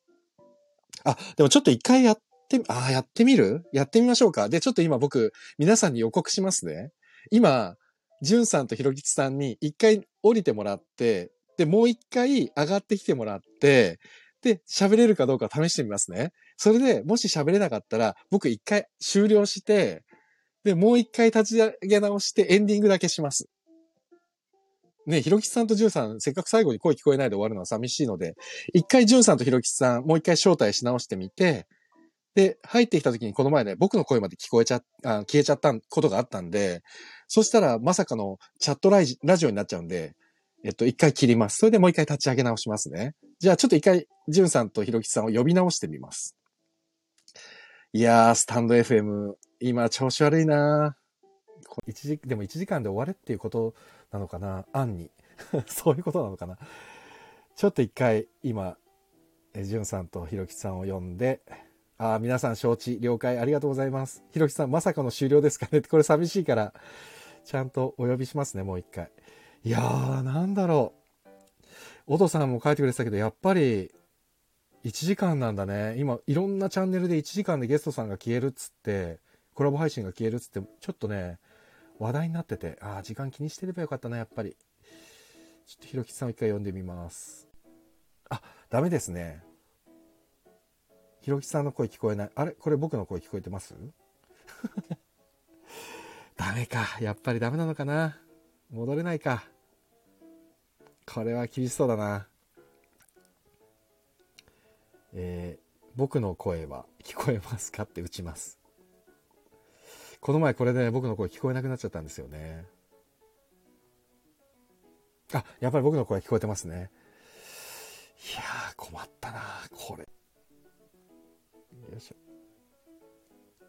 Speaker 1: あ、でもちょっと一回やってみ、あー、やってみるやってみましょうか。で、ちょっと今僕、皆さんに予告しますね。今、じゅんさんとひろきちさんに一回降りてもらって、で、もう一回上がってきてもらって、で、喋れるかどうか試してみますね。それで、もし喋れなかったら、僕一回終了して、で、もう一回立ち上げ直してエンディングだけします。ねひろきちさんとじゅんさん、せっかく最後に声聞こえないで終わるのは寂しいので、一回、ジュンさんとひろきさん、もう一回招待し直してみて、で、入ってきた時にこの前ね、僕の声まで聞こえちゃっ、あ消えちゃったことがあったんで、そしたらまさかのチャットラジラジオになっちゃうんで、えっと、一回切ります。それでもう一回立ち上げ直しますね。じゃあちょっと一回、ジュンさんとひろきさんを呼び直してみます。いやー、スタンド FM、今調子悪いな
Speaker 2: 一時でも1時間で終われっていうことなのかな案に そういうことなのかなちょっと一回今えじゅんさんとひろきさんを呼んであー皆さん承知了解ありがとうございますひろきさんまさかの終了ですかね これ寂しいからちゃんとお呼びしますねもう一回いやーなんだろうおとさんも書いてくれてたけどやっぱり1時間なんだね今いろんなチャンネルで1時間でゲストさんが消えるっつってコラボ配信が消えるっつってちょっとね話題になっててああ時間気にしてればよかったなやっぱりちょっとひろきさんを一回読んでみますあダメですねひろきさんの声聞こえないあれこれ僕の声聞こえてます ダメかやっぱりダメなのかな戻れないかこれは厳しそうだなえー僕の声は聞こえますかって打ちますこの前これで、僕の声聞こえなくなっちゃったんですよね。あ、やっぱり僕の声聞こえてますね。いやー、困ったなこれ